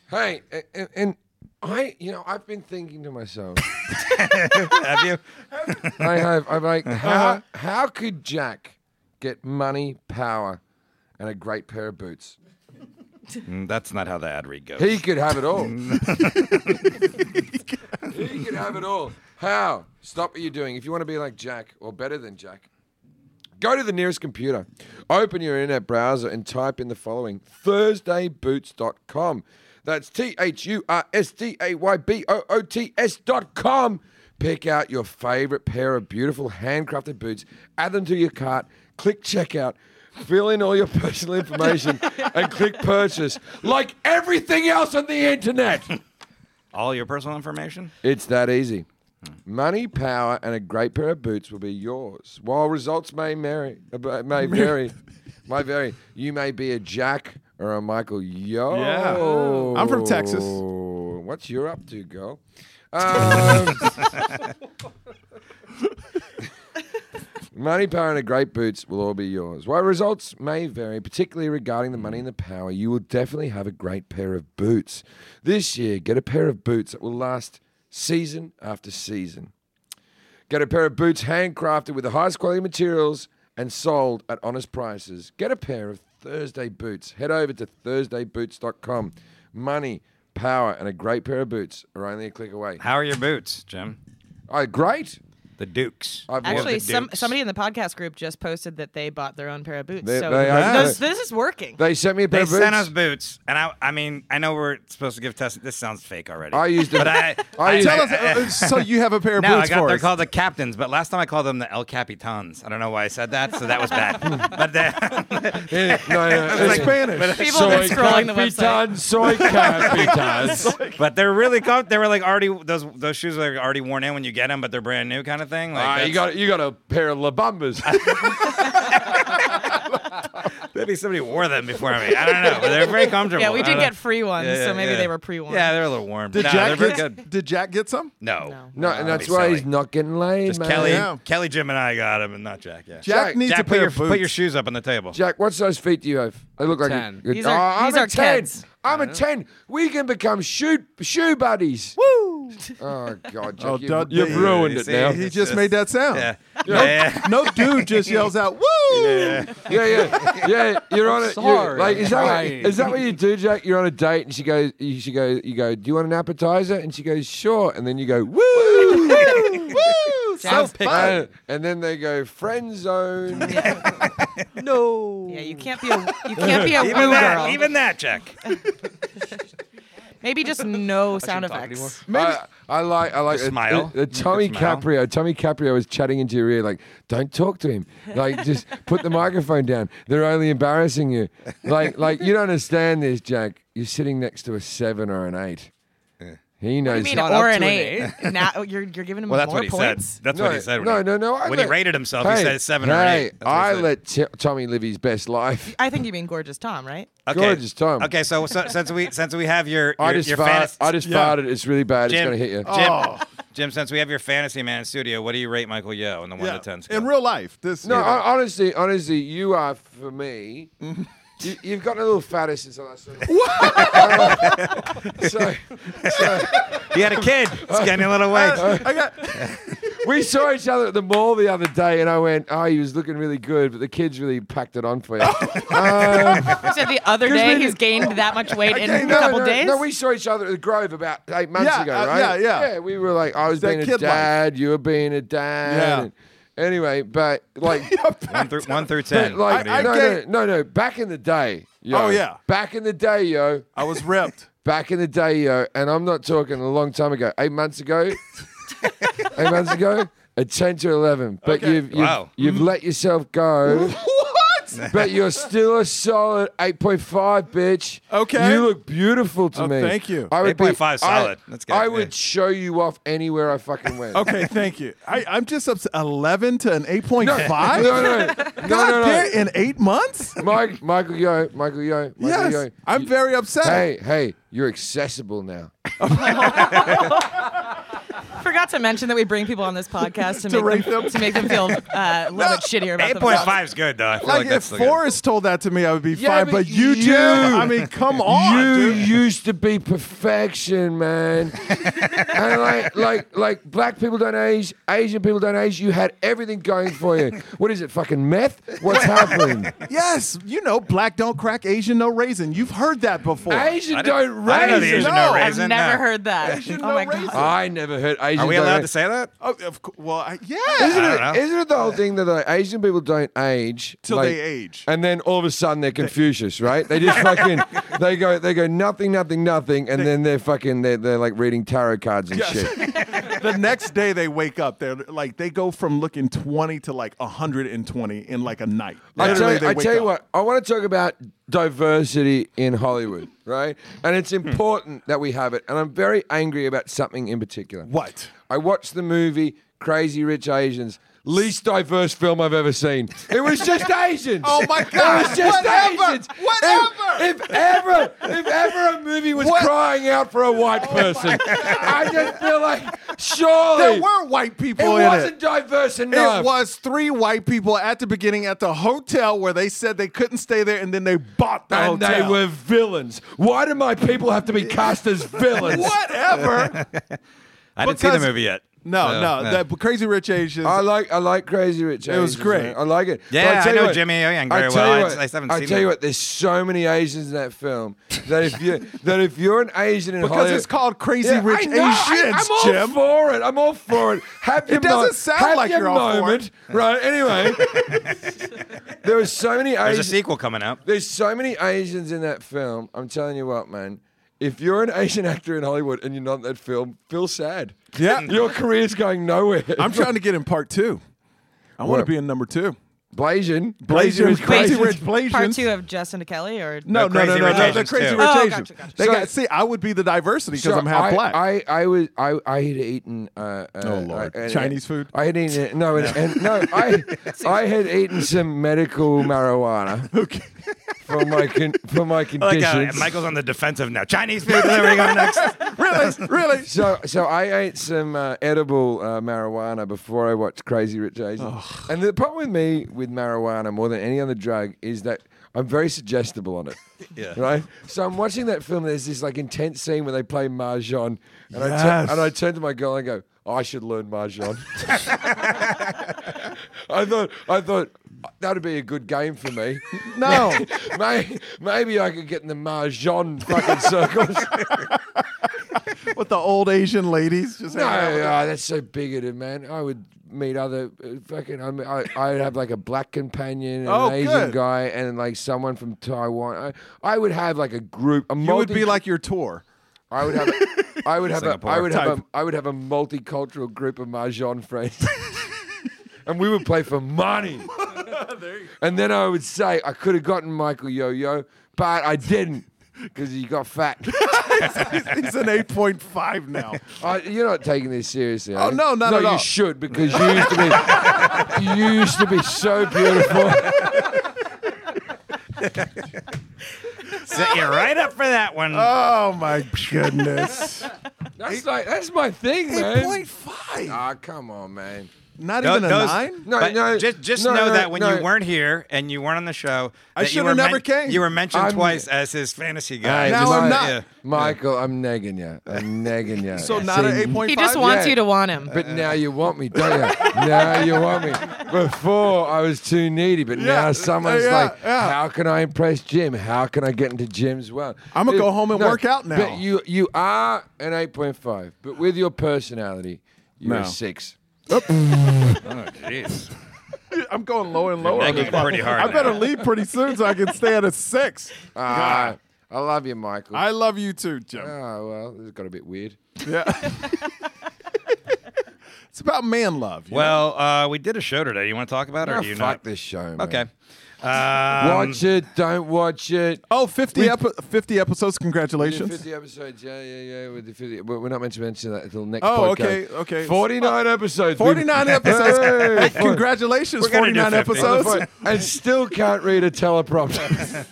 Hey, a- and, and I, you know, I've been thinking to myself,
have you? Uh-huh.
I have, I'm like, how, how could Jack get money, power, and a great pair of boots?
Mm, that's not how the ad read goes.
He could have it all. he could have it all. How? Stop what you're doing. If you want to be like Jack or better than Jack, go to the nearest computer, open your internet browser, and type in the following ThursdayBoots.com. That's T H U R S D A Y B O O T S.com. Pick out your favorite pair of beautiful handcrafted boots, add them to your cart, click checkout. Fill in all your personal information and click purchase like everything else on the internet.
All your personal information?
It's that easy. Money, power, and a great pair of boots will be yours. While results may vary, may vary, may vary. You may be a Jack or a Michael. Yo,
Yeah. I'm from Texas.
What's your up to, girl? Um, money, power, and a great boots will all be yours. While results may vary, particularly regarding the money and the power, you will definitely have a great pair of boots. This year, get a pair of boots that will last season after season. Get a pair of boots handcrafted with the highest quality materials and sold at honest prices. Get a pair of Thursday boots. Head over to ThursdayBoots.com. Money, power, and a great pair of boots are only a click away.
How are your boots, Jim?
All right, great.
The Dukes.
I've worn
Actually,
the
some
Dukes.
somebody in the podcast group just posted that they bought their own pair of boots.
They-
so
they are-
those- this is working.
They sent me a pair
They
of boots.
sent us boots, and I, I mean, I know we're supposed to give test. This sounds fake already.
I used
but
it.
I,
I used-
Tell us. uh, so you have a pair of
No, I
boots
got
for
they're
us.
called the captains, but last time I called them the El Capitans. I don't know why I said that, so that was bad. but the,
no, no,
They're
it's
Spanish.
People have been scrolling the website.
soy capitan.
but they're really called. They were like already those those shoes are already worn in when you get them, but they're brand new kind of thing. Like
Ah, you
that's-
got you got a pair of labumbas.
maybe somebody wore them before me. I don't know. But they're very comfortable.
Yeah, we
I
did
don't
get
know.
free ones,
Yeah,
so maybe
yeah.
they were pre-worn.
Yeah, they're a little warm.
Did
no,
Jack
they're very
get?
good.
Did Jack get some?
No.
No.
No, and that's why he's not getting laid,
Just
man.
Kelly,
Yeah.
Kelly, Jim, and I got him, and not Jack. Yeah.
Jack,
Jack-
needs
Jack,
a
put
pair
your
of boots.
put your shoes up on the table.
Jack, what size feet do you have? They look like
Ten.
A, a,
These are-
Oh,
these
I'm a
are
ten.
kids.
I'm a ten. We can become shoe shoe buddies. Woo! Oh God, Jack,
Oh,
you've,
don't-
you've
yeah,
ruined
you
it
see,
now.
He
It's
just
just-
made that sound.
Yeah. Yeah.
No dude just yells out, "Woo!"
Yeah, yeah, yeah. You're on it. You're,
Sorry.
like, is that what,
Right.
is that what you do, Jack? You're on a date, and she goes, you, she goes, you go, do you want an appetizer? And she goes, sure. And then you go, woo, woo, woo.
Sounds
So fun. And then they go friend zone.
No.
Yeah, you can't be a you can't be a
Even
woo
that,
girl.
even that, Jack.
Maybe just no sound
talk anymore.
effects.
I, I like I like
The
uh,
smile.
uh, uh, Tommy
smile.
Caprio. Tommy Caprio was chatting into your ear like, "Don't talk to him. Like, just put the microphone down. They're only embarrassing you. Like, like you don't understand this, Jack. You're sitting next to a seven or an eight. He
I
knows.
mean,
not
or
up
an
to an
eight. now oh, you're you're giving him
Well, that's
more
what he
points.
said. That's
no,
what he said. when
no,
he-
no, no. I
When he
let-
rated himself,
hey,
he said seven or
hey,
eight. That's what he
I
said.
let T- Tommy live his best life.
I think you mean gorgeous Tom, right?
Okay.
Gorgeous Tom.
Okay, so, so since we since we have your your,
I just
your
fart,
fantasy,
I just
Yeah.
farted. It's really bad.
Jim, oh,
It's gonna hit you.
Oh.
Jim, Jim, since we have your fantasy man studio, what do you rate Michael Yo on the one
Yeah.
to ten scale?
In real life, this
No,
year.
hon- honestly, honestly, you are for me. you, you've gotten a little fatter since I last saw you. Uh, so
you had a kid. It's getting a little weight.
I got
we saw each other at the mall the other day, and I went, "Oh, he was looking really good, but the kids really packed it on for you." Um,
He said the other day he's gained that much weight in a
no,
couple
no,
days.
no, we saw each other at the Grove about eight months
Yeah,
ago,
uh,
right?
yeah, yeah.
yeah. We were like, I was
that
being a
kid life.
dad, you were being a dad.
Yeah.
and- anyway, but like,
one through one through
but
ten.
like,
I- I
no,
get-
no, no, no. Back in the day, yo,
Oh, yeah.
back in the day, yo.
I was ripped.
back in the day, yo, and I'm not talking a long time ago, eight months ago, eight months ago, at 10 to 11. But
Okay.
you've, you've,
Wow.
you've let yourself go.
what?
Yes.
But you're still a solid 8.5, bitch.
Okay.
You look beautiful to
Oh,
me.
thank you.
I would be-
8.5 solid.
I,
Let's go.
I
Yeah.
would show you off anywhere I fucking went.
Okay, thank you. I, I'm just up to 11 to an 8.5?
No, no, no. no,
God
no, no.
damn, in eight months?
Mike, Michael Yo, Michael Yo, Michael
yes.
Yo.
I'm very upset.
Hey, hey, you're accessible now.
Forgot to mention that we bring people on this podcast to,
To
make
rate
them,
them.
to make them feel uh, a little bit shittier about themselves.
8.5 is good, though. I feel like,
Like, if
that's still good.
Forrest told that to me, I would be
Yeah,
fine.
but
But you,
you-
two, I mean, come on.
you
dude.
used to be perfection, man. and like, like, like, black people don't age, Asian people don't age. You had everything going for you. What is it, fucking meth? What's happening?
Yes, you know, black don't crack, Asian no raisin. You've heard that before.
Asian
didn't-
don't
I didn't know
raise.
the
it.
Asian
No,
no
I've
I've
raisin.
never
no.
heard that.
Asian
oh
no
my
raisin.
god.
I never heard Asian.
Are we
don't
allowed
age.
to say that?
Oh, of cou- well, I, yeah.
Isn't
I
it,
don't know.
isn't it the whole thing that like, Asian people don't age
Till
like-
they age.
and then all of a sudden they're Confucius, right? They just fucking they go they go nothing, nothing, nothing, and then they're fucking they're, they're like reading tarot cards and shit.
the next day they wake up, they're like they go from looking 20 to like 120 in like a night.
I tell,
Literally,
you,
they
I
wake
tell you
up.
what, I want to talk about diversity in Hollywood, right? And it's
Hmm.
important that we have it. And I'm very angry about something in particular.
What?
I watched the movie Crazy Rich Asians. Least diverse film I've ever seen. It was just Asians.
Oh my God.
It was just
Whatever.
Asians. If-
Whatever.
If, ever, if ever a movie was
What? Oh
crying out for a white person, I just feel like surely
There were white
it
people in
wasn't
it.
diverse enough.
It was three white people at the beginning at the hotel where they said they couldn't stay there, and then they bought the
and
hotel.
Oh, they were villains. Why do my people have to be cast as villains?
whatever.
I didn't see the
Because-
movie yet.
No,
So,
no,
yeah.
that Crazy Rich Asians.
I like I like Crazy Rich.
It was
Asians,
great.
man. I like it. But
Yeah,
I'll
I
tell you
know
what-
Jimmy Yang very
I'll tell
well.
you
I-
what-
I just haven't
I'll
seen
tell
it.
you what. There's so many Asians in that film that if you that if you're an Asian in
because
Hollywood,
it's called Crazy
Yeah,
Rich
I know. I,
Asians,
I'm all
Jim.
for it. I'm all for it. Have your
doesn't
mo-
sound
have
like
your
you're all for
moment, right? Anyway, there was so many
There's a
Asians.
sequel coming up.
There's so many Asians in that film. I'm telling you what, man. If you're an Asian actor in Hollywood and you're not in that film, feel sad.
Yeah.
Your career's going nowhere.
I'm trying to get in part two. I want
What?
to be in number two.
Blasian.
Blasian was Crazy Rich Blasians.
Part two of Justin to Kelly or
No,
No,
no, no,
Crazy
no,
Rich
no, the
Asians
Crazy
too.
Rich
Oh,
Asians.
gotcha, gotcha.
They
So-
got see, I would be the diversity because
So
I'm half
I,
black.
I, I was I, I had eaten uh, uh,
Oh, Lord.
I- and-
Chinese food?
I had eaten no and, and no I I had eaten some medical marijuana
okay.
for my con, for my
Like uh,
conditions.
Michael's on the defensive now. Chinese food delivery going next.
really, really.
so so I ate some uh, edible uh, marijuana before I watched Crazy Rich Asians. And the problem with me with marijuana more than any other drug is that I'm very suggestible on it.
Yeah.
Right. So I'm watching that film. There's this like intense scene where they play mahjong, and I
Yes.
tu- and I turn to my girl and I go, "I should learn mahjong." I thought I thought that'd be a good game for me.
No,
May maybe I could get in the mahjong fucking circles.
with the old Asian ladies just
No,
hanging out with-
oh, that's so bigoted, man. I would meet other uh, fucking. I mean, I, I'd have like a black companion, and
Oh,
an Asian
good.
guy, and like someone from Taiwan. I, I would have like a group. A
You would
multi-
be like your tour.
I would have. A, I would have. A, I
Singapore
would have.
type.
A, I would have a multicultural group of mahjong friends, and we would play for money. and then I would say I could have gotten Michael Yo Yo, but I didn't because he got fat.
He's an 8.5 now.
I, you're not taking this seriously.
Oh,
are you?
no, not
no,
at
you
all.
should because you used to be, you used to be so beautiful.
Set you right up for that one.
Oh my goodness.
That's like that's my thing, man.
8.5.
Ah, come on, man.
Not
Tho-
even a
those-
nine?
No,
But
no,
just just
no,
know
no,
that when
no.
you weren't here and you weren't on the show,
I
that you
shoulda
were
never came.
You were mentioned
I'm-
twice as his fantasy guy.
Hey,
Now I'm
Mi-
not.
Yeah.
Michael. I'm negging you. I'm negging you.
So not an 8.5?
He just wants
yeah.
you to want him.
But
Uh,
now you want me, don't you? now you want me. Before I was too needy, but now
Yeah,
someone's
yeah,
like,
yeah.
"How can I impress Jim? How can I get into Jim's world?"
I'ma
If-
go home and work out now.
But you you are an eight point five, but with your personality, you're a
No.
six.
Oh, jeez.
I'm going low and lower. on
Making
this
it
one.
pretty hard
I better
now.
leave pretty soon so I can stay at a six.
Ah, I love you, Michael.
I love you too, Jim.
oh well, this got a bit weird.
Yeah. it's about man love. you know?
Well, uh, we did a show today. You want to talk about it?
Oh,
or
fuck
do you not?
this show, man.
Okay. Um,
Watch it, don't watch it.
Oh, 50, epi- 50 episodes. Congratulations.
50 episodes, yeah, yeah, yeah. With the 50, but we're not meant to mention that until next podcast.
Oh, okay, okay.
49 episodes.
49
We've-
episodes.
Hey,
Hey,
fuck.
congratulations,
We're gonna do
49
50.
episodes.
and still can't read a teleprompter.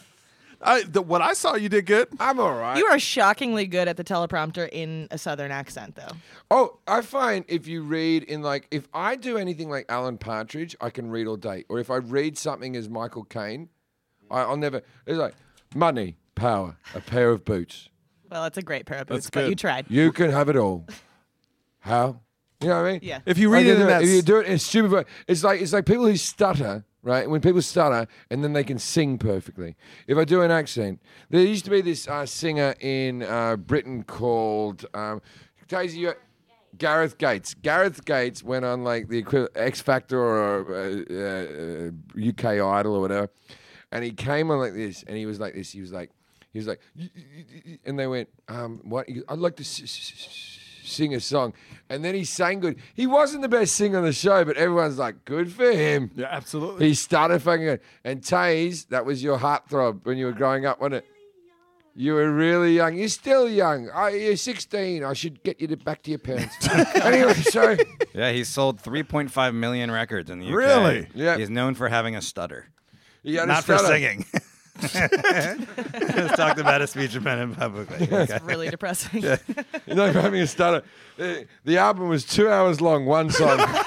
I, the, what I saw you did good.
I'm all right.
You are shockingly good at the teleprompter in a southern accent, though.
Oh, I find if you read in like if I do anything like Alan Partridge, I can read all day. Or if I read something as Michael Caine, I, I'll never. It's like money, power, a pair of boots.
Well, it's a great pair of boots,
That's
but you
good.
tried.
You can have it all. How? You know what I mean?
Yeah.
If you read
I can
it in
do
that
If you
s-
do it in stupid, vo- it's like it's like people who stutter, right? When people stutter and then they can sing perfectly. If I do an accent, there used to be this uh, singer in uh, Britain called um, Daisy. You, Gareth Gates. Gareth Gates went on like the equi- X Factor or uh, uh, UK Idol or whatever, and he came on like this, and he was like this. He was like, he was like, "Y- y- y- y-" and they went, um, "What? He goes, I'd like to s- s- s- sing a song." And then he sang good. He wasn't the best singer on the show, but everyone's like, "Good for him."
Yeah, absolutely.
He started fucking good. And Taze, that was your heartthrob when you were growing up, wasn't it? You were really young. You're still young. I, you're 16. I should get you to back to your parents. anyway, so
yeah, he sold 3.5 million records in the UK.
Really?
Yeah.
He's known for having a stutter.
you had a
Not for
stutter.
singing. Just talked about a speech impediment publicly. Okay.
It's really depressing.
You know, for having a stutter. The, the album was two hours long, one song.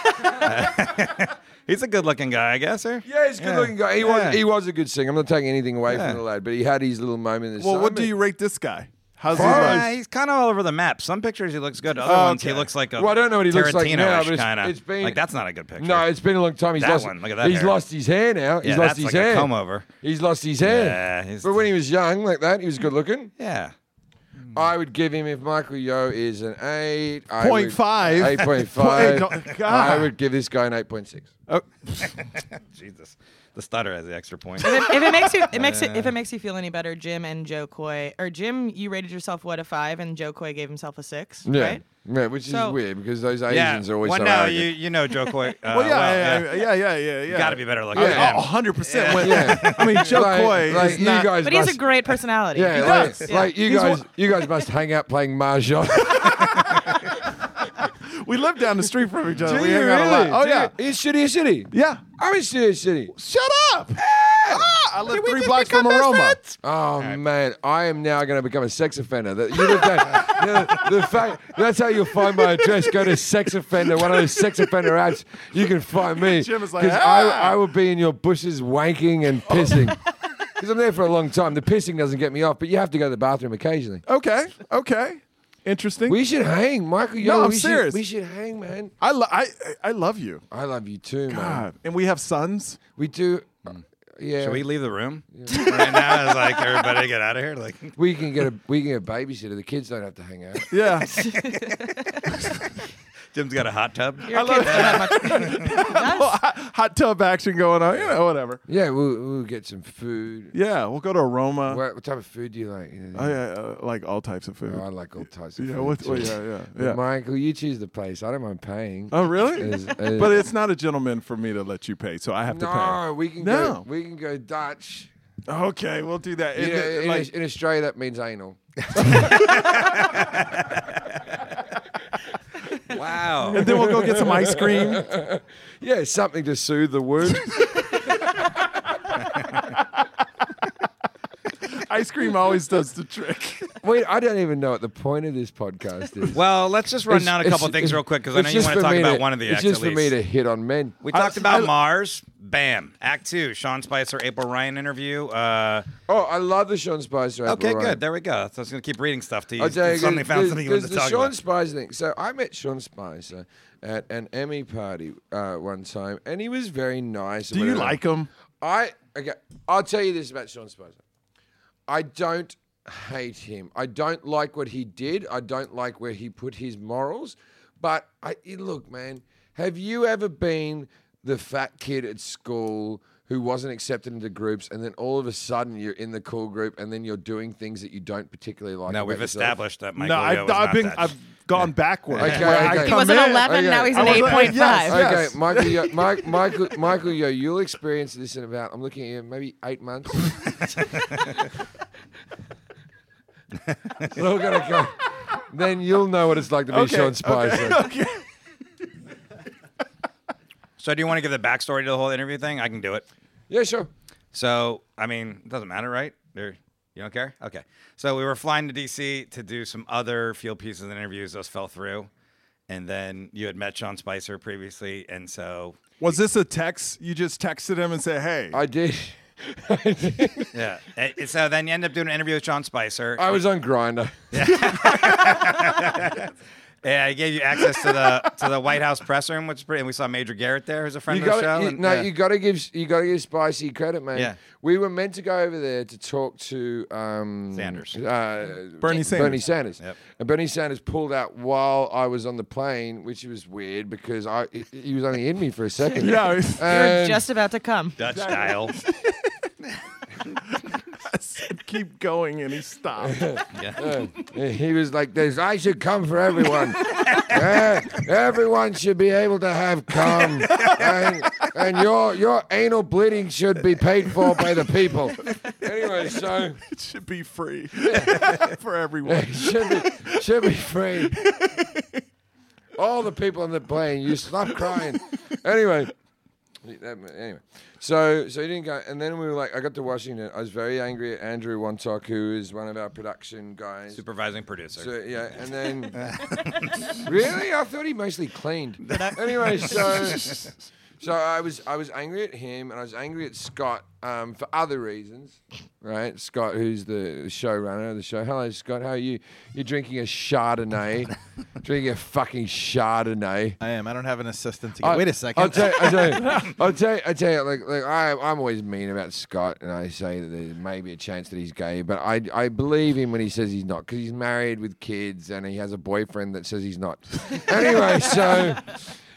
He's a good-looking guy, I guess, or?
yeah, he's a good looking guy. He,
Yeah.
was, he was a good singer. I'm not taking anything away
Yeah.
from the lad, but he had his little moment. in the
Well,
song.
what do you rate this guy? How's he
Fine.
look?
Yeah, he's kind of all over the map. Some pictures he looks good. Other ones he
Okay.
looks like a
Oh, Well, I don't know what he looks like now,
Tarantino-ish
but it's-
kinda.
it's been-
like that's not a good picture.
No, it's been a long time. He's
That
lost.
one, look at that
he's
hair.
lost his hair now.
yeah,
he's lost
that's
his
like
hair.
a come over.
He's lost his hair.
Yeah, he's- Mm.
but when he was young, like that, he was good looking.
Yeah,
I would give him if Michael Yo is an eight. I
Point
would-
five.
Eight point five.
Point- oh, God.
I would give this guy an eight point six.
Jesus, the stutter has the extra point.
if, if it makes you, it makes it. If it makes you feel any better, Jim and Joe Coy, or Jim, you rated yourself what a five, and Joe Coy gave himself a six,
Yeah.
right?
Yeah, which
So-
is weird because those
yeah,
Asians are always
well,
so
no,
arrogant.
you you know Joe Coy. Uh,
Well, yeah,
well,
yeah, yeah, yeah, yeah, yeah.
Gotta be better looking.
Yeah,
than
oh,
him.
100%. When,
yeah.
I mean, Joe
like,
Coy
like
is
you
not.
guys
But he has a
must-
great personality.
Yeah,
does.
like,
Yeah.
like you
He's
guys,
one-
you guys must hang out playing mahjong.
we live down the street from each other.
Do
we
you
hang out a lot. Oh,
Do you-
yeah.
in Studio City.
Yeah.
I'm in Studio City.
Shut up. Ah, I live three blocks from Aroma.
Oh man, I am now going to become a sex offender. That- you look at- the, the fact that's how you'll find my address. Go to sex offender, one of those sex offender apps. You can find me
Jim is like, "Ah." Oh.
I, I will be in your bushes wanking and pissing. Because I'm there for a long time. The pissing doesn't get me off, but you have to go to the bathroom occasionally.
Okay, okay. Interesting.
We should hang, Michael. Yo,
No, I'm
we
serious.
Should, we should hang, man.
I, lo- I, I love you.
I love you too, man.
God. And we have sons.
We do. uh, Yeah,
Should Mm. we leave the room right now? It's like everybody get out of here. Like
we can get a we can get a babysitter. The kids don't have to hang out.
Yeah.
Jim's got a hot tub.
Your kids don't have much. Yes.
Hot tub action going on. You know, whatever.
Yeah, we'll, we'll get some food.
Yeah, we'll go to Aroma.
What, what type of food do you like? You know,
Oh, yeah, uh, like all types of food.
Oh, I like all types of
yeah,
food.
what,
too.
oh,
well, yeah, yeah,
But
yeah.
Michael, you choose the place. I don't mind paying.
oh, really?
As- as-
but it's not a gentleman for me to let you pay, so I have
no, we can
No.
go. We can go Dutch.
to pay. Okay, we'll do that.
You
It-
know,
it-
in,
like-
in Australia, that means anal.
Wow.
and then we'll go get some ice cream.
Yeah, something to soothe the wound.
Ice cream always does the trick.
Wait, I don't even know what the point of this podcast is.
Well, let's just run
It's-
down a
it's-
couple things
it's-
real quick because I
it's
know you
just
want to
for
talk
me
about one of the
It's
acts
just
at
for me
least.
to hit on men.
We talked about
I-
Mars. Bam. Act two. Sean Spicer, April Ryan interview. Uh,
oh, I love the Sean Spicer.
okay,
Apple, Oh,
good. There we go. So I was going to keep reading stuff to you.
I'll tell you,
suddenly found
there's-
something you
there's
wanted to
the
talk
Sean
about.
Spicer thing. So I met Sean Spicer at an Emmy party uh, one time, and he was very nice. and
Do you
whatever.
like him?
I okay. I'll tell you this about Sean Spicer. I don't hate him. I don't like what he did. I don't like where he put his morals. But I eh, look, man. Have you ever been the fat kid at school who wasn't accepted into groups, and then all of a sudden you're in the cool group, and then you're doing things that you don't particularly like.
No,
about
we've
yourself.
established that Michael
no, I,
Yo is
I've
not
been
that.
I've gone backwards.
Okay,
Where I
okay. He
He
come
was an
in-
11,
okay.
now he's an
I was like,
8.5.
yes, yes.
Okay, Michael, Yo, Mike, Michael, Michael, Yo, you'll experience this in about I'm looking at you, maybe eight months. It's all gonna come. Then you'll know what it's like to be
Okay,
Sean Spicer.
Okay.
so do you want to give the backstory to the whole interview thing? I can do it.
Yeah, sure.
So, I mean, it doesn't matter, right? They're, you don't care? Okay. So, we were flying to DC to do some other field pieces and interviews. Those fell through. And then you had met Sean Spicer previously. And so,
Was this a text? You just texted him and said, "Hey,
I did. I did.
yeah. And so then you end up doing an interview with Sean Spicer.
I was on Grinder.
Yeah, I gave you access to the to the White House press room, which is pretty. And we saw Major Garrett there, who's a friend
You
of the
gotta,
show.
you-
and-
no,
yeah.
you got to give you got to give Spicy credit, man.
Yeah.
We were meant to go over there to talk to um,
Sanders.
uh,
Bernie Sanders."
Bernie Sanders.
Yep.
And Bernie Sanders pulled out while I was on the plane, which was weird because I he- he was only in me for a second.
Yeah, it's-
You're
And-
just about to come.
Dutch style.
I said, keep going," and he stopped.
Uh, he was like, "This I should come for everyone. Uh, everyone should be able to have cum, and, and your your anal bleeding should be paid for by the people." Anyway, so
it should be free for everyone.
should be should be free. All the people on the plane, you stop crying. Anyway. that- Anyway, so so he didn't go, and then we were like, I got to Washington. I was very angry at Andrew Wontok, who is one of our production guys.
Supervising producer.
So yeah, and then really, I thought he mostly cleaned. anyway, so so I was I was angry at him, and I was angry at Scott um, for other reasons, right? Scott, who's the showrunner of the show. Hello, Scott. How are you? You're drinking a Chardonnay, drinking a fucking Chardonnay.
I am. I don't have an assistant to get. Wait a second.
Uh, I'll tell you, I'll tell you, I'll tell you, I'll tell you like, like I, I'm always mean about Scott, and I say that there may be a chance that he's gay, but I, I believe him when he says he's not, because he's married with kids and he has a boyfriend that says he's not. anyway, so.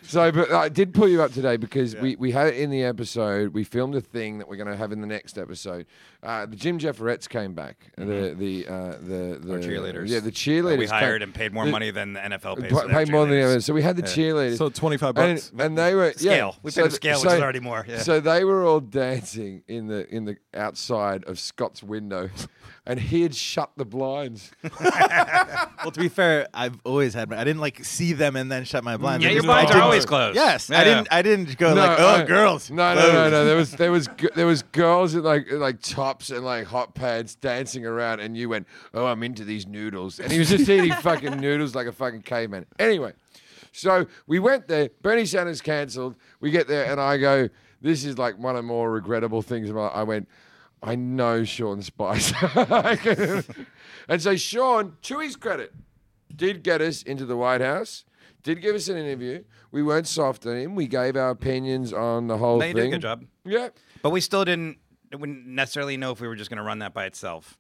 So, but I did pull you up today because we, we had it in the episode. We filmed a thing that we're going to have in the next episode. Uh, the Jim Jefferettes came back. The the uh, the the
Mm-hmm. Our cheerleaders.
Yeah, the cheerleaders.
We hired
came,
and paid more
the-
money than the NFL pays.
pa-
for their
paid more than the
cheerleaders.
others. So we had the cheerleaders.
So twenty-five
And-
bucks.
And, they were yeah.
Scale. We paid a scale, which is already more, yeah.
So they were all dancing in the in the outside of Scott's window, and he had shut the blinds.
well, to be fair, I've always had. My, I didn't like see them and then shut my blinds.
Yeah,
I
your
just- I
blinds are
didn't-
always closed.
Yes,
Yeah.
I didn't. I didn't go like, oh,
I-
girls.
No, no, no,
closed."
no. There was there was g- there was girls in like in like tops and like hot pants dancing around, and you went, "Oh, I'm into these noodles," and he was just eating fucking noodles like a fucking caveman. Anyway, so we went there. Bernie Sanders cancelled. We get there, and I go, "This is like one of the more regrettable things." About I went. I know Sean Spicer. and so Sean, to his credit, did get us into the White House, did give us an interview. We weren't soft on him. We gave our opinions on the whole
No, you
thing.
did a good job.
Yeah.
But we still didn't wouldn't necessarily know if we were just going to run that by itself.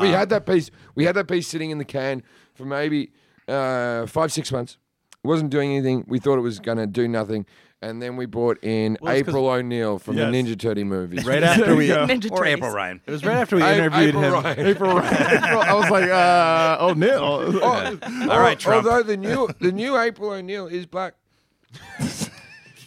we had that piece. We had that piece sitting in the can for maybe uh, five, six months. It wasn't doing anything. We thought it was going to do nothing. And then we brought in
it's 'cause-
April O'Neil from
Yes.
the Ninja Turtle movies.
Right after we, it
Ninja
Or
Turtles.
April Ryan.
was right after we
I-
interviewed
April
him.
Ryan.
April, I was like, uh, oh, Neil.
All right, Trump.
Although the new the new April O'Neil is black.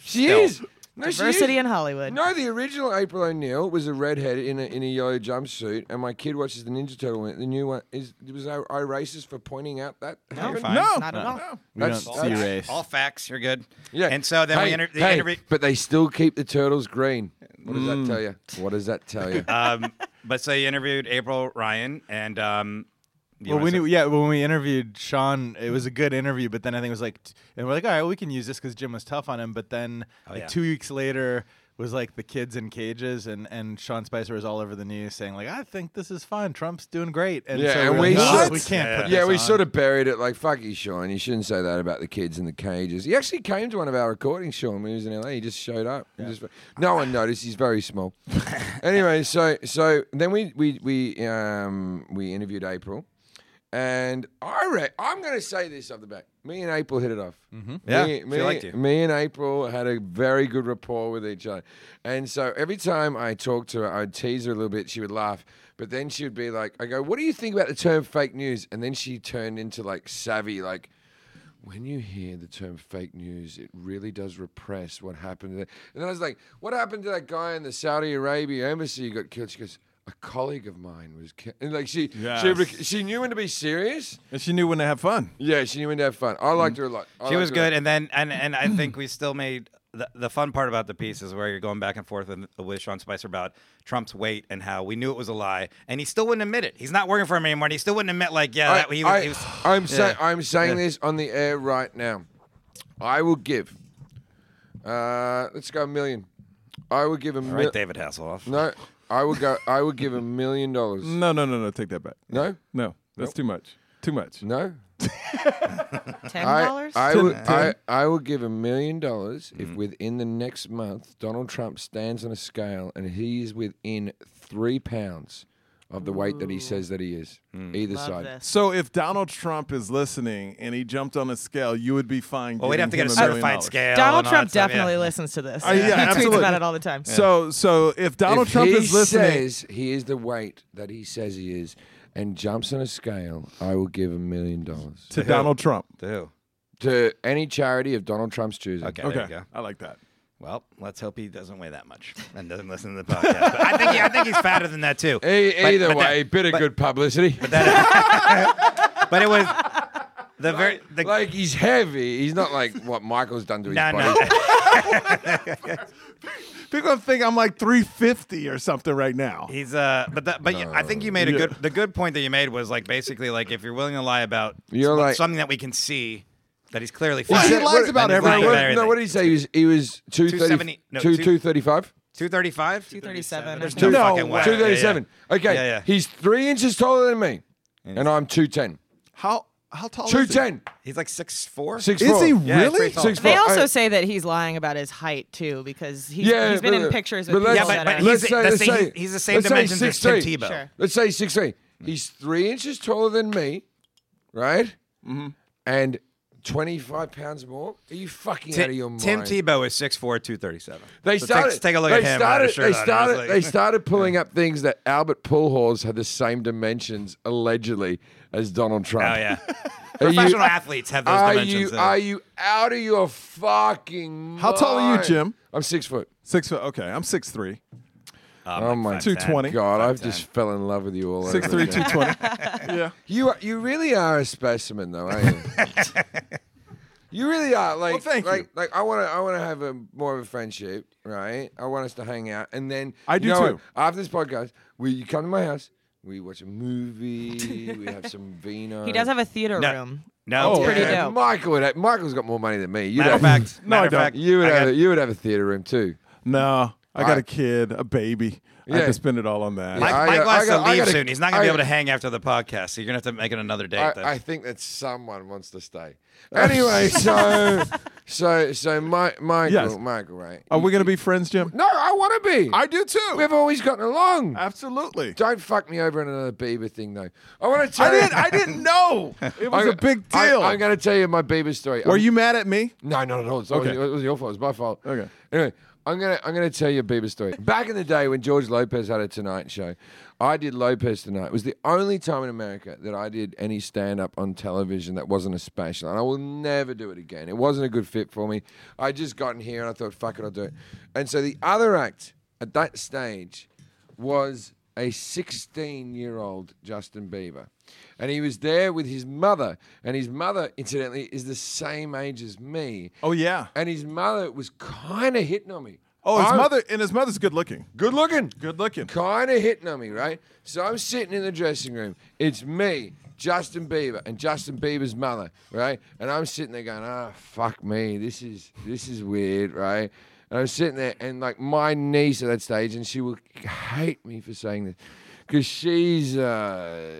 she
Still.
is. No, she is.
Diversity in Hollywood.
No, the original April O'Neil was a redhead in a, in a yellow jumpsuit, and my kid watches the Ninja Turtle. and The new one is was I, I racist for pointing out that. happened?
fine.
No,
Not at all.
We
That's-
don't see
that's-
race.
All facts. You're good.
Yeah.
And so then
hey,
we inter- the
hey,
interview.
but they still keep the turtles green. What does that tell you? What does that tell you?
Um, but so you interviewed April Ryan, and um, you
Well,
wanna
we
say-
knew, yeah, when we interviewed Sean, it was a good interview, but then I think it was like, t- and we're like, all right, we can use this because Jim was tough on him. But then like
Oh, yeah.
two weeks later was like the kids in cages, and, and Sean Spicer was all over the news saying, like, I think this is fine. Trump's doing great. And
Yeah,
so
and
we're
we
like,
sort-
"No, we can't put
yeah,
this
we
on."
sort of buried it. Like, fuck you, Sean. You shouldn't say that about the kids in the cages. He actually came to one of our recordings, Sean, when he was in LA. He just showed up. He just- no one noticed. He's very small. anyway, so so then we we we um we interviewed April, And I re- I'm going to say this off the back. Me and April hit it off. Mm-hmm.
Yeah,
me,
she
me,
liked you.
me and April had a very good rapport with each other. And so every time I talked to her, I'd tease her a little bit. She would laugh. But then she would be like, I go, what do you think about the term fake news? And then she turned into like savvy, like, when you hear the term fake news, it really does repress what happened. To that. And I was like, what happened to that guy in the Saudi Arabia embassy who got killed? She goes, a colleague of mine was killed. And like she, she,
Yes.
rec- she knew when to be serious.
And she knew when to have fun.
Yeah, she knew when to have fun. I liked her a lot. I
She was
liked her a
good,
lot.
and then and and I think we still made the, the fun part about the piece is where you're going back and forth with, with Sean Spicer about Trump's weight and how we knew it was a lie, and he still wouldn't admit it. He's not working for him anymore. And he still wouldn't admit like yeah, that, he, was- he was.
am saying I'm saying this on the air right now. I will give. Uh, let's go a million. I will give a
All
million.
right, David Hasselhoff.
No, I will go. I will give a million dollars.
No, no, no, no. Take that back.
No,
No, that's too much. Too much.
no.
Ten
I,
dollars?
I would I, I will give a million dollars if
Mm-hmm.
within the next month Donald Trump stands on a scale and he is within three pounds of the weight that he says that he is.
Mm.
Either
Love
side.
this.
So if Donald Trump is listening and he jumped on a scale, you would be fine.
Well, we'd have to get
giving
a
him million
certified
dollars.
scale.
Donald
and all
Trump
that stuff,
definitely
yeah.
listens to this.
Uh, yeah,
he tweets
absolutely.
about it all the time.
So, so if Donald
if
Trump
he
is listening,
says he is the weight that he says he is and jumps on a scale, I will give a million dollars
to Donald Trump.
Dude.
to any charity of Donald Trump's choosing.
Okay,
Okay,
there you go.
I like that.
Well, let's hope he doesn't weigh that much and doesn't listen to the podcast. But I think he, I think he's fatter than that too.
E-
But-
either
but that-
way, bit of good publicity.
but it was the very the,
like he's heavy. He's not like what Michael's done to his
no,
body.
no.
People think I'm like 350 or something right now.
He's uh, but that, but y I I think you made a
Yeah.
good. The good point that you made was like basically like if you're willing to lie about
You're
some-
like-
something that we can see that he's clearly.
Well, he
fat,
lies
then
about
he's lying
everything.
What-
about
no, what did he say? He was, he was 270,
270 no,
two,
two-
235?
235?
237,
There's
I
no,
think. No,
fucking way.
237. Okay,
Yeah, yeah.
he's three inches taller than me, and I'm 210.
How how tall is he?
210,
He's like six four.
6'4".
Is he
Yeah, he's
really?
pretty tall.
Six
They
foot.
also
I-
say that he's lying about his height too, because he's,
Yeah,
he's been
but-
uh,
in pictures
but
with people
let's-
Yeah, but,
that
but
are-
Let's
he's,
say-
that's
let's
the-
say-
he's the same
let's say
dimensions as Tim
6'3".
Tebow.
Sure.
Let's say 6'3". He's three inches taller than me, right? Mm-hmm. And 25 pounds more? Are you fucking out of your
Tim,
mind?
Tim Tebow is 6'4", 237.
They
So take-
started.
Take, a look
they
at him. without
Started,
a shirt
they
on. He's
started.
like-
They started pulling up things that Albert Pujols had the same dimensions allegedly as Donald Trump.
Oh yeah.
Are you-
Professional athletes have those
are
dimensions.
you
yeah.
are you out of your fucking?
How tall are you,
mind?
Jim?
I'm six foot.
Six foot. Okay, I'm six three.
I'm
Oh
like
my
5'10".
220.
God, I've just fell in love with you all.
Six
over
three,
again.
two twenty. Yeah.
You are, you really are a specimen, though, aren't you? you really are. Like,
thank you.
like, like I want to, I want to have a more of a friendship, right? I want us to hang out, and then
I
you
do
know what?
too.
After this podcast, we you come to my house, we watch a movie, we have some vino.
he does have a theater
No.
room.
No,
Oh,
yeah.
pretty dope.
Michael would have, Michael's got more money than me. You'd
Matter of
have,
fact,
No, I
matter of
don't.
fact,
you would
I
have,
got-
you would have a theater room too.
No, I got
Alright.
a kid, a baby. I
Yeah.
can spend it all on that.
Yeah.
Mike,
I
Mike
got-
wants
I got-
to
I
leave
gotta-
soon. He's not going to
I-
be able to hang after the podcast, so you're going to have to make it another date. then.
I, I think that someone wants to stay.
Oh.
Anyway, so, so, so, Mike, Michael,
Yes.
Michael, right?
Are we gonna be friends, Jim?
No, I want to be.
do too.
We've always gotten along.
Uh, Absolutely.
Don't fuck me over on another Bieber thing, though. I want to tell
I didn't.
you.
I didn't know. It was
I-
a big
I-
deal.
I'm going to tell you my Bieber story.
Were
I'm-
you mad at me?
No, not at all. It's
Okay.
It was your fault. It's my fault.
Okay.
Anyway, I'm gonna I'm gonna tell you a Bieber story. Back in the day when George Lopez had a Tonight Show, I did Lopez Tonight. It was the only time in America that I did any stand up on television that wasn't a special, and I will never do it again. It wasn't a good fit for me. I just got in here and I thought, fuck it, I'll do it. And so the other act at that stage was a 16 year old Justin Bieber. And he was there with his mother. And his mother, incidentally, is the same age as me.
Oh yeah.
And his mother was kind of hitting on me.
Oh, his
I'm-
mother and his mother's good looking.
Good looking.
Good looking.
Kind of hitting on me, right? So I'm sitting in the dressing room. It's me, Justin Bieber, and Justin Bieber's mother, right? And I'm sitting there going, "Ah, fuck me, this is this is weird, right?" And I'm sitting there, and like my niece at that stage, and she will hate me for saying this, because she's uh,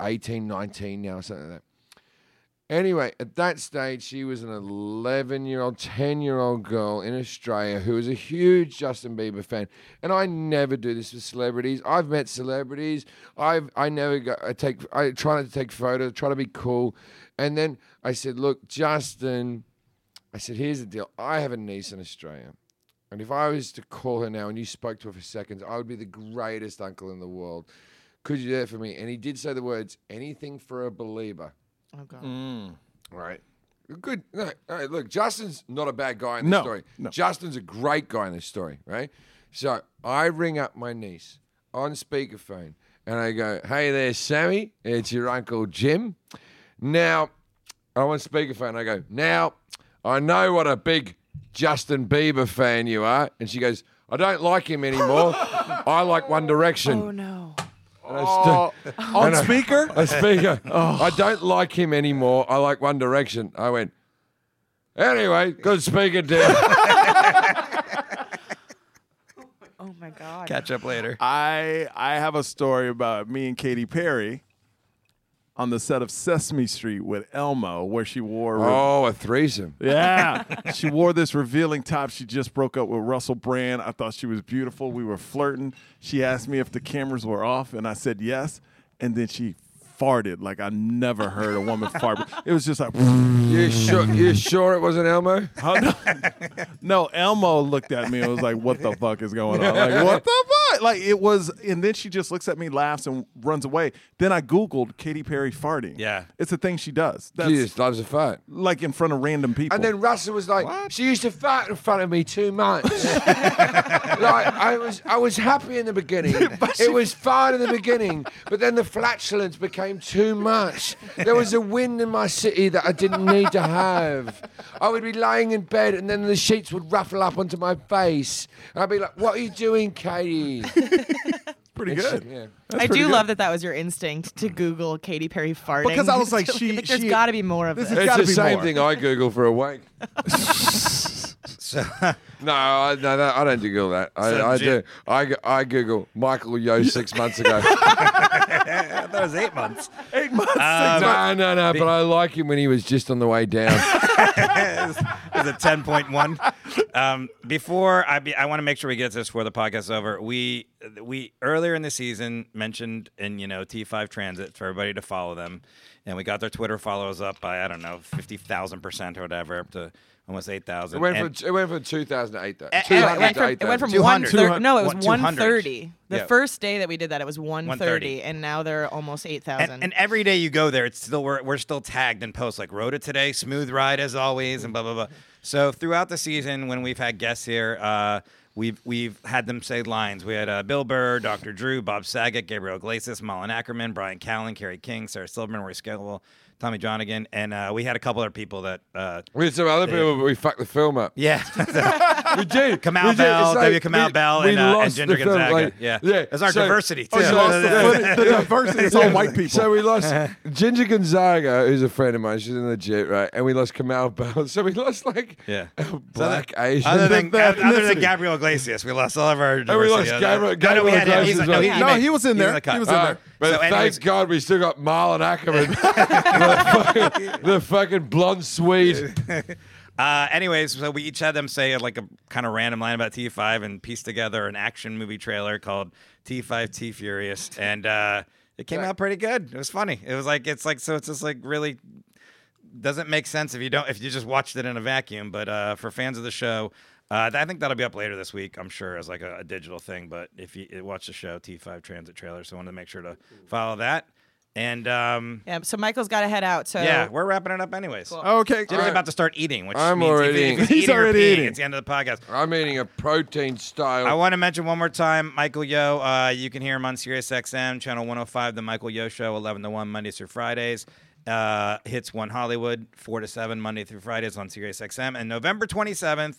18, 19 now, something like that. Anyway, at that stage, she was an 11 year old, 10 year old girl in Australia who was a huge Justin Bieber fan. And I never do this with celebrities. I've met celebrities. I've I never go. I take. I try not to take photos. Try to be cool. And then I said, "Look, Justin," I said, "Here's the deal. I have a niece in Australia, and if I was to call her now and you spoke to her for seconds, I would be the greatest uncle in the world. Could you do that for me?" And he did say the words, "Anything for a believer."
Oh god.
Mm.
Right. Good. No, all right, look, Justin's not a bad guy in this
No,
story.
no.
Justin's a great guy in this story, right? So I ring up my niece on speakerphone and I go, Hey there, Sammy. It's your Uncle Jim. Now, I'm on speakerphone. I go, Now, I know what a big Justin Bieber fan you are. And she goes, I don't like him anymore. I like One Direction.
Oh no.
And I st-
Oh. On speaker? Oh.
a speaker. I don't like him anymore. I like One Direction. I went, anyway, good speaker, dude.
Oh my god.
Catch up later.
I I have a story about me and Katy Perry on the set of Sesame Street with Elmo, where she wore
oh, a threesome.
Yeah. she wore this revealing top. She just broke up with Russell Brand. I thought she was beautiful. We were flirting. She asked me if the cameras were off, and I said yes. And then she farted like I never heard a woman fart. It was just like,
You sure? You sure it wasn't Elmo?
Oh, no, Elmo looked at me and was like, what the fuck is going on? Like, what the fuck? Like, it was, and then she just looks at me, laughs, and runs away. Then I Googled Katy Perry farting.
Yeah.
It's a thing she does. That's
She just loves a fart.
like in front of random people.
And then Russell was like, "She used to fart in front of me too much. like I was, I was happy in the beginning. it was fine in the beginning, but then the flatulence became too much. There was a wind in my city that I didn't need to have. I would be lying in bed, and then the sheets would ruffle up onto my face. And I'd be like, "What are you doing, Katie?"
pretty
And she-
good.
yeah.
I
pretty
do
good. Mm.
love that that was your instinct to Google Katy Perry farting.
Because I was like, she-
like, there's
she-
got to be more of
this
this.
is-
It's
gotta
the
be
same
more.
thing I Google for a wank.
So
No, I, no, no, I don't Google that. I,
So
I
Jim-
do. I, go- I Google Michael Yo six months ago.
that was eight months.
Eight months.
no,
Uh,
no, no. But I like him when he was just on the way down.
It was a ten point one. Um, before I be, I want to make sure we get this before the podcast is over. We we earlier in the season mentioned in you know T five Transit for everybody to follow them, and we got their Twitter followers up by I don't know fifty thousand percent or whatever up to almost eight thousand.
It went from it went from 2008 though.
And-
Oh,
200
it went
to
from,
8,000.
it went from
200.
130 no, it was
200.
130. The
Yeah.
first day that we did that, it was 130,
130.
and now they're almost 8,000.
and, and every day you go there, it's still we're, we're still tagged and posts like Rhoda today, smooth ride as always, and blah blah blah. So throughout the season, when we've had guests here, uh, we've we've had them say lines. We had uh, Bill Burr, Dr. Drew, Bob Saget, Gabriel Glacis, Malin Ackerman, Brian Callen, Carrie King, Sarah Silverman, Roy Scalable, Tommy John again, and uh, we had a couple other people that. Uh,
We had some other people, but we fucked the film up.
yeah,
We did.
Kamau
We did.
Bell,
It's
W. Kamau
we-
Bell,
we
and, uh, and
lost
Ginger
the film,
Gonzaga.
like-
Yeah. That's our diversity, too.
we
Yeah.
lost the footage.
the diversity is all white people.
So we lost Ginger Gonzaga, who's a friend of mine. She's in the jet, right? And we lost Kamau Bell. So we lost like
Yeah.
a black Asian.
Other than,
The- the
other than
ethnicity.
Gabriel Iglesias, we lost all of our.
we
diversity.
lost Gabriel-
Other- No, no, we
Gabriel
had him. He's-
Iglesias
no, he
was-
No,
made-
he was in
he's
there.
the cut.
He was in
All
there.
right. Ah, But
So
thank
anyways-
God we still got Marlon Ackerman, the, fucking, the fucking blonde Swede.
Uh, anyways, so we each had them say like a kind of random line about T5 and piece together an action movie trailer called T5 T Furious, and uh, it came out pretty good. It was funny. It was like it's like so it's just like really doesn't make sense if you don't if you just watched it in a vacuum. But uh, for fans of the show, uh, I think that'll be up later this week. I'm sure as like a, a digital thing. But if you watch the show T5 Transit trailer, so I wanted to make sure to follow that. And um,
yeah, so Michael's got to head out. So
yeah, we're wrapping it up anyways.
Okay.
Jim's about to start eating, which
I'm
means
already
if he- if
eating.
he's,
He's
eating or
already
peeing,
eating.
It's the end of the podcast.
I'm eating a protein style.
I want to mention one more time, Michael Yo. Uh, you can hear him on SiriusXM channel 105, the Michael Yo Show, 11 to 1 Mondays through Fridays. Uh, hits one Hollywood, four to seven Monday through Fridays on SiriusXM. And November 27th,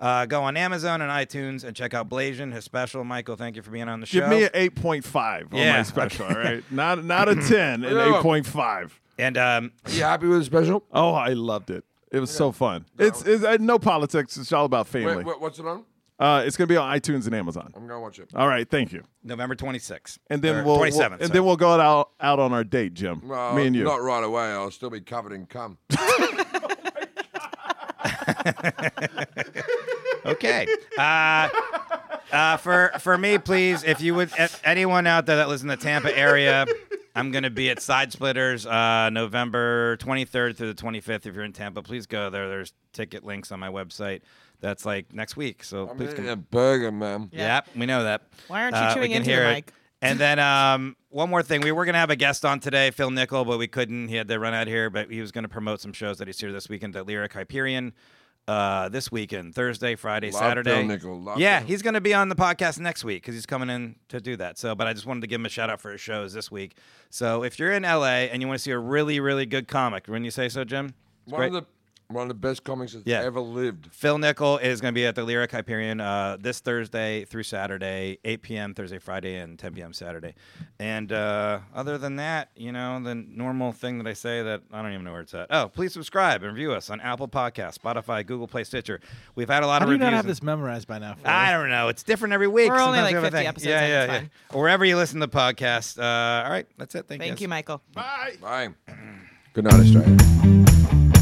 uh, go on Amazon and iTunes and check out Blasian, his special. Michael, thank you for being on the show.
Give me an 8.5 on
Yeah,
my special, all right? Not not a 10, an
Yeah.
8.5.
and um,
you happy with the special?
Oh, I loved it. It was so fun. It's, it's uh, no politics. It's all about family.
Wait, wait, what's it on?
Uh, it's going to be on iTunes and Amazon.
I'm gonna watch
Uh,
it.
All right, thank you.
November 26th.
And then
Or
we'll, we'll-
27th.
and
sorry.
then we'll go out out on our date, Jim.
Well,
Me and you.
Not right away. I'll still be covered in cum.
Okay. Uh, uh, for for me, please, if you would, if anyone out there that lives in the Tampa area, I'm going to be at Side Splitters uh, November 23rd through the 25th. If you're in Tampa, please go there. There's ticket links on my website. That's like next week. So
I'm
please
eating
come.
a burger, man.
Yeah.
Yep, we know that. Uh,
Why aren't you
we
chewing
can
into the
hear it.
mic?
And then um, one more thing, we were gonna have a guest on today, Phil Nickel, but we couldn't. He had to run out here, but he was gonna promote some shows that he's here this weekend at Lyric Hyperion. Uh, this weekend, Thursday, Friday,
Love
Saturday.
Phil Nickel, love
yeah,
Phil.
he's going to be on the podcast next week because he's coming in to do that. So, but I just wanted to give him a shout out for his shows this week. So, if you're in LA and you want to see a really, really good comic, when you say so, Jim, It's
One
great.
of the one of the best comics that's
Yeah.
ever lived.
Phil Nickel is going to be at the Lyric Hyperion uh, this Thursday through Saturday, 8 p.m. Thursday, Friday, and 10 p.m. Saturday. And uh, other than that, you know, the normal thing that I say that I don't even know where it's at. Oh, please subscribe and review us on Apple Podcasts, Spotify, Google Play, Stitcher. We've had a lot of
How do you
reviews.
not have
and-
this memorized by now? Phil?
I don't know. It's different every week.
We're only
Sometimes
like
we have a
50
thing.
episodes
Yeah,
in,
yeah,
it's
yeah.
fine.
Wherever you listen to the podcast. Uh, all right, that's it. Thank,
Thank
you.
you, Michael.
Bye. Good night, Australia.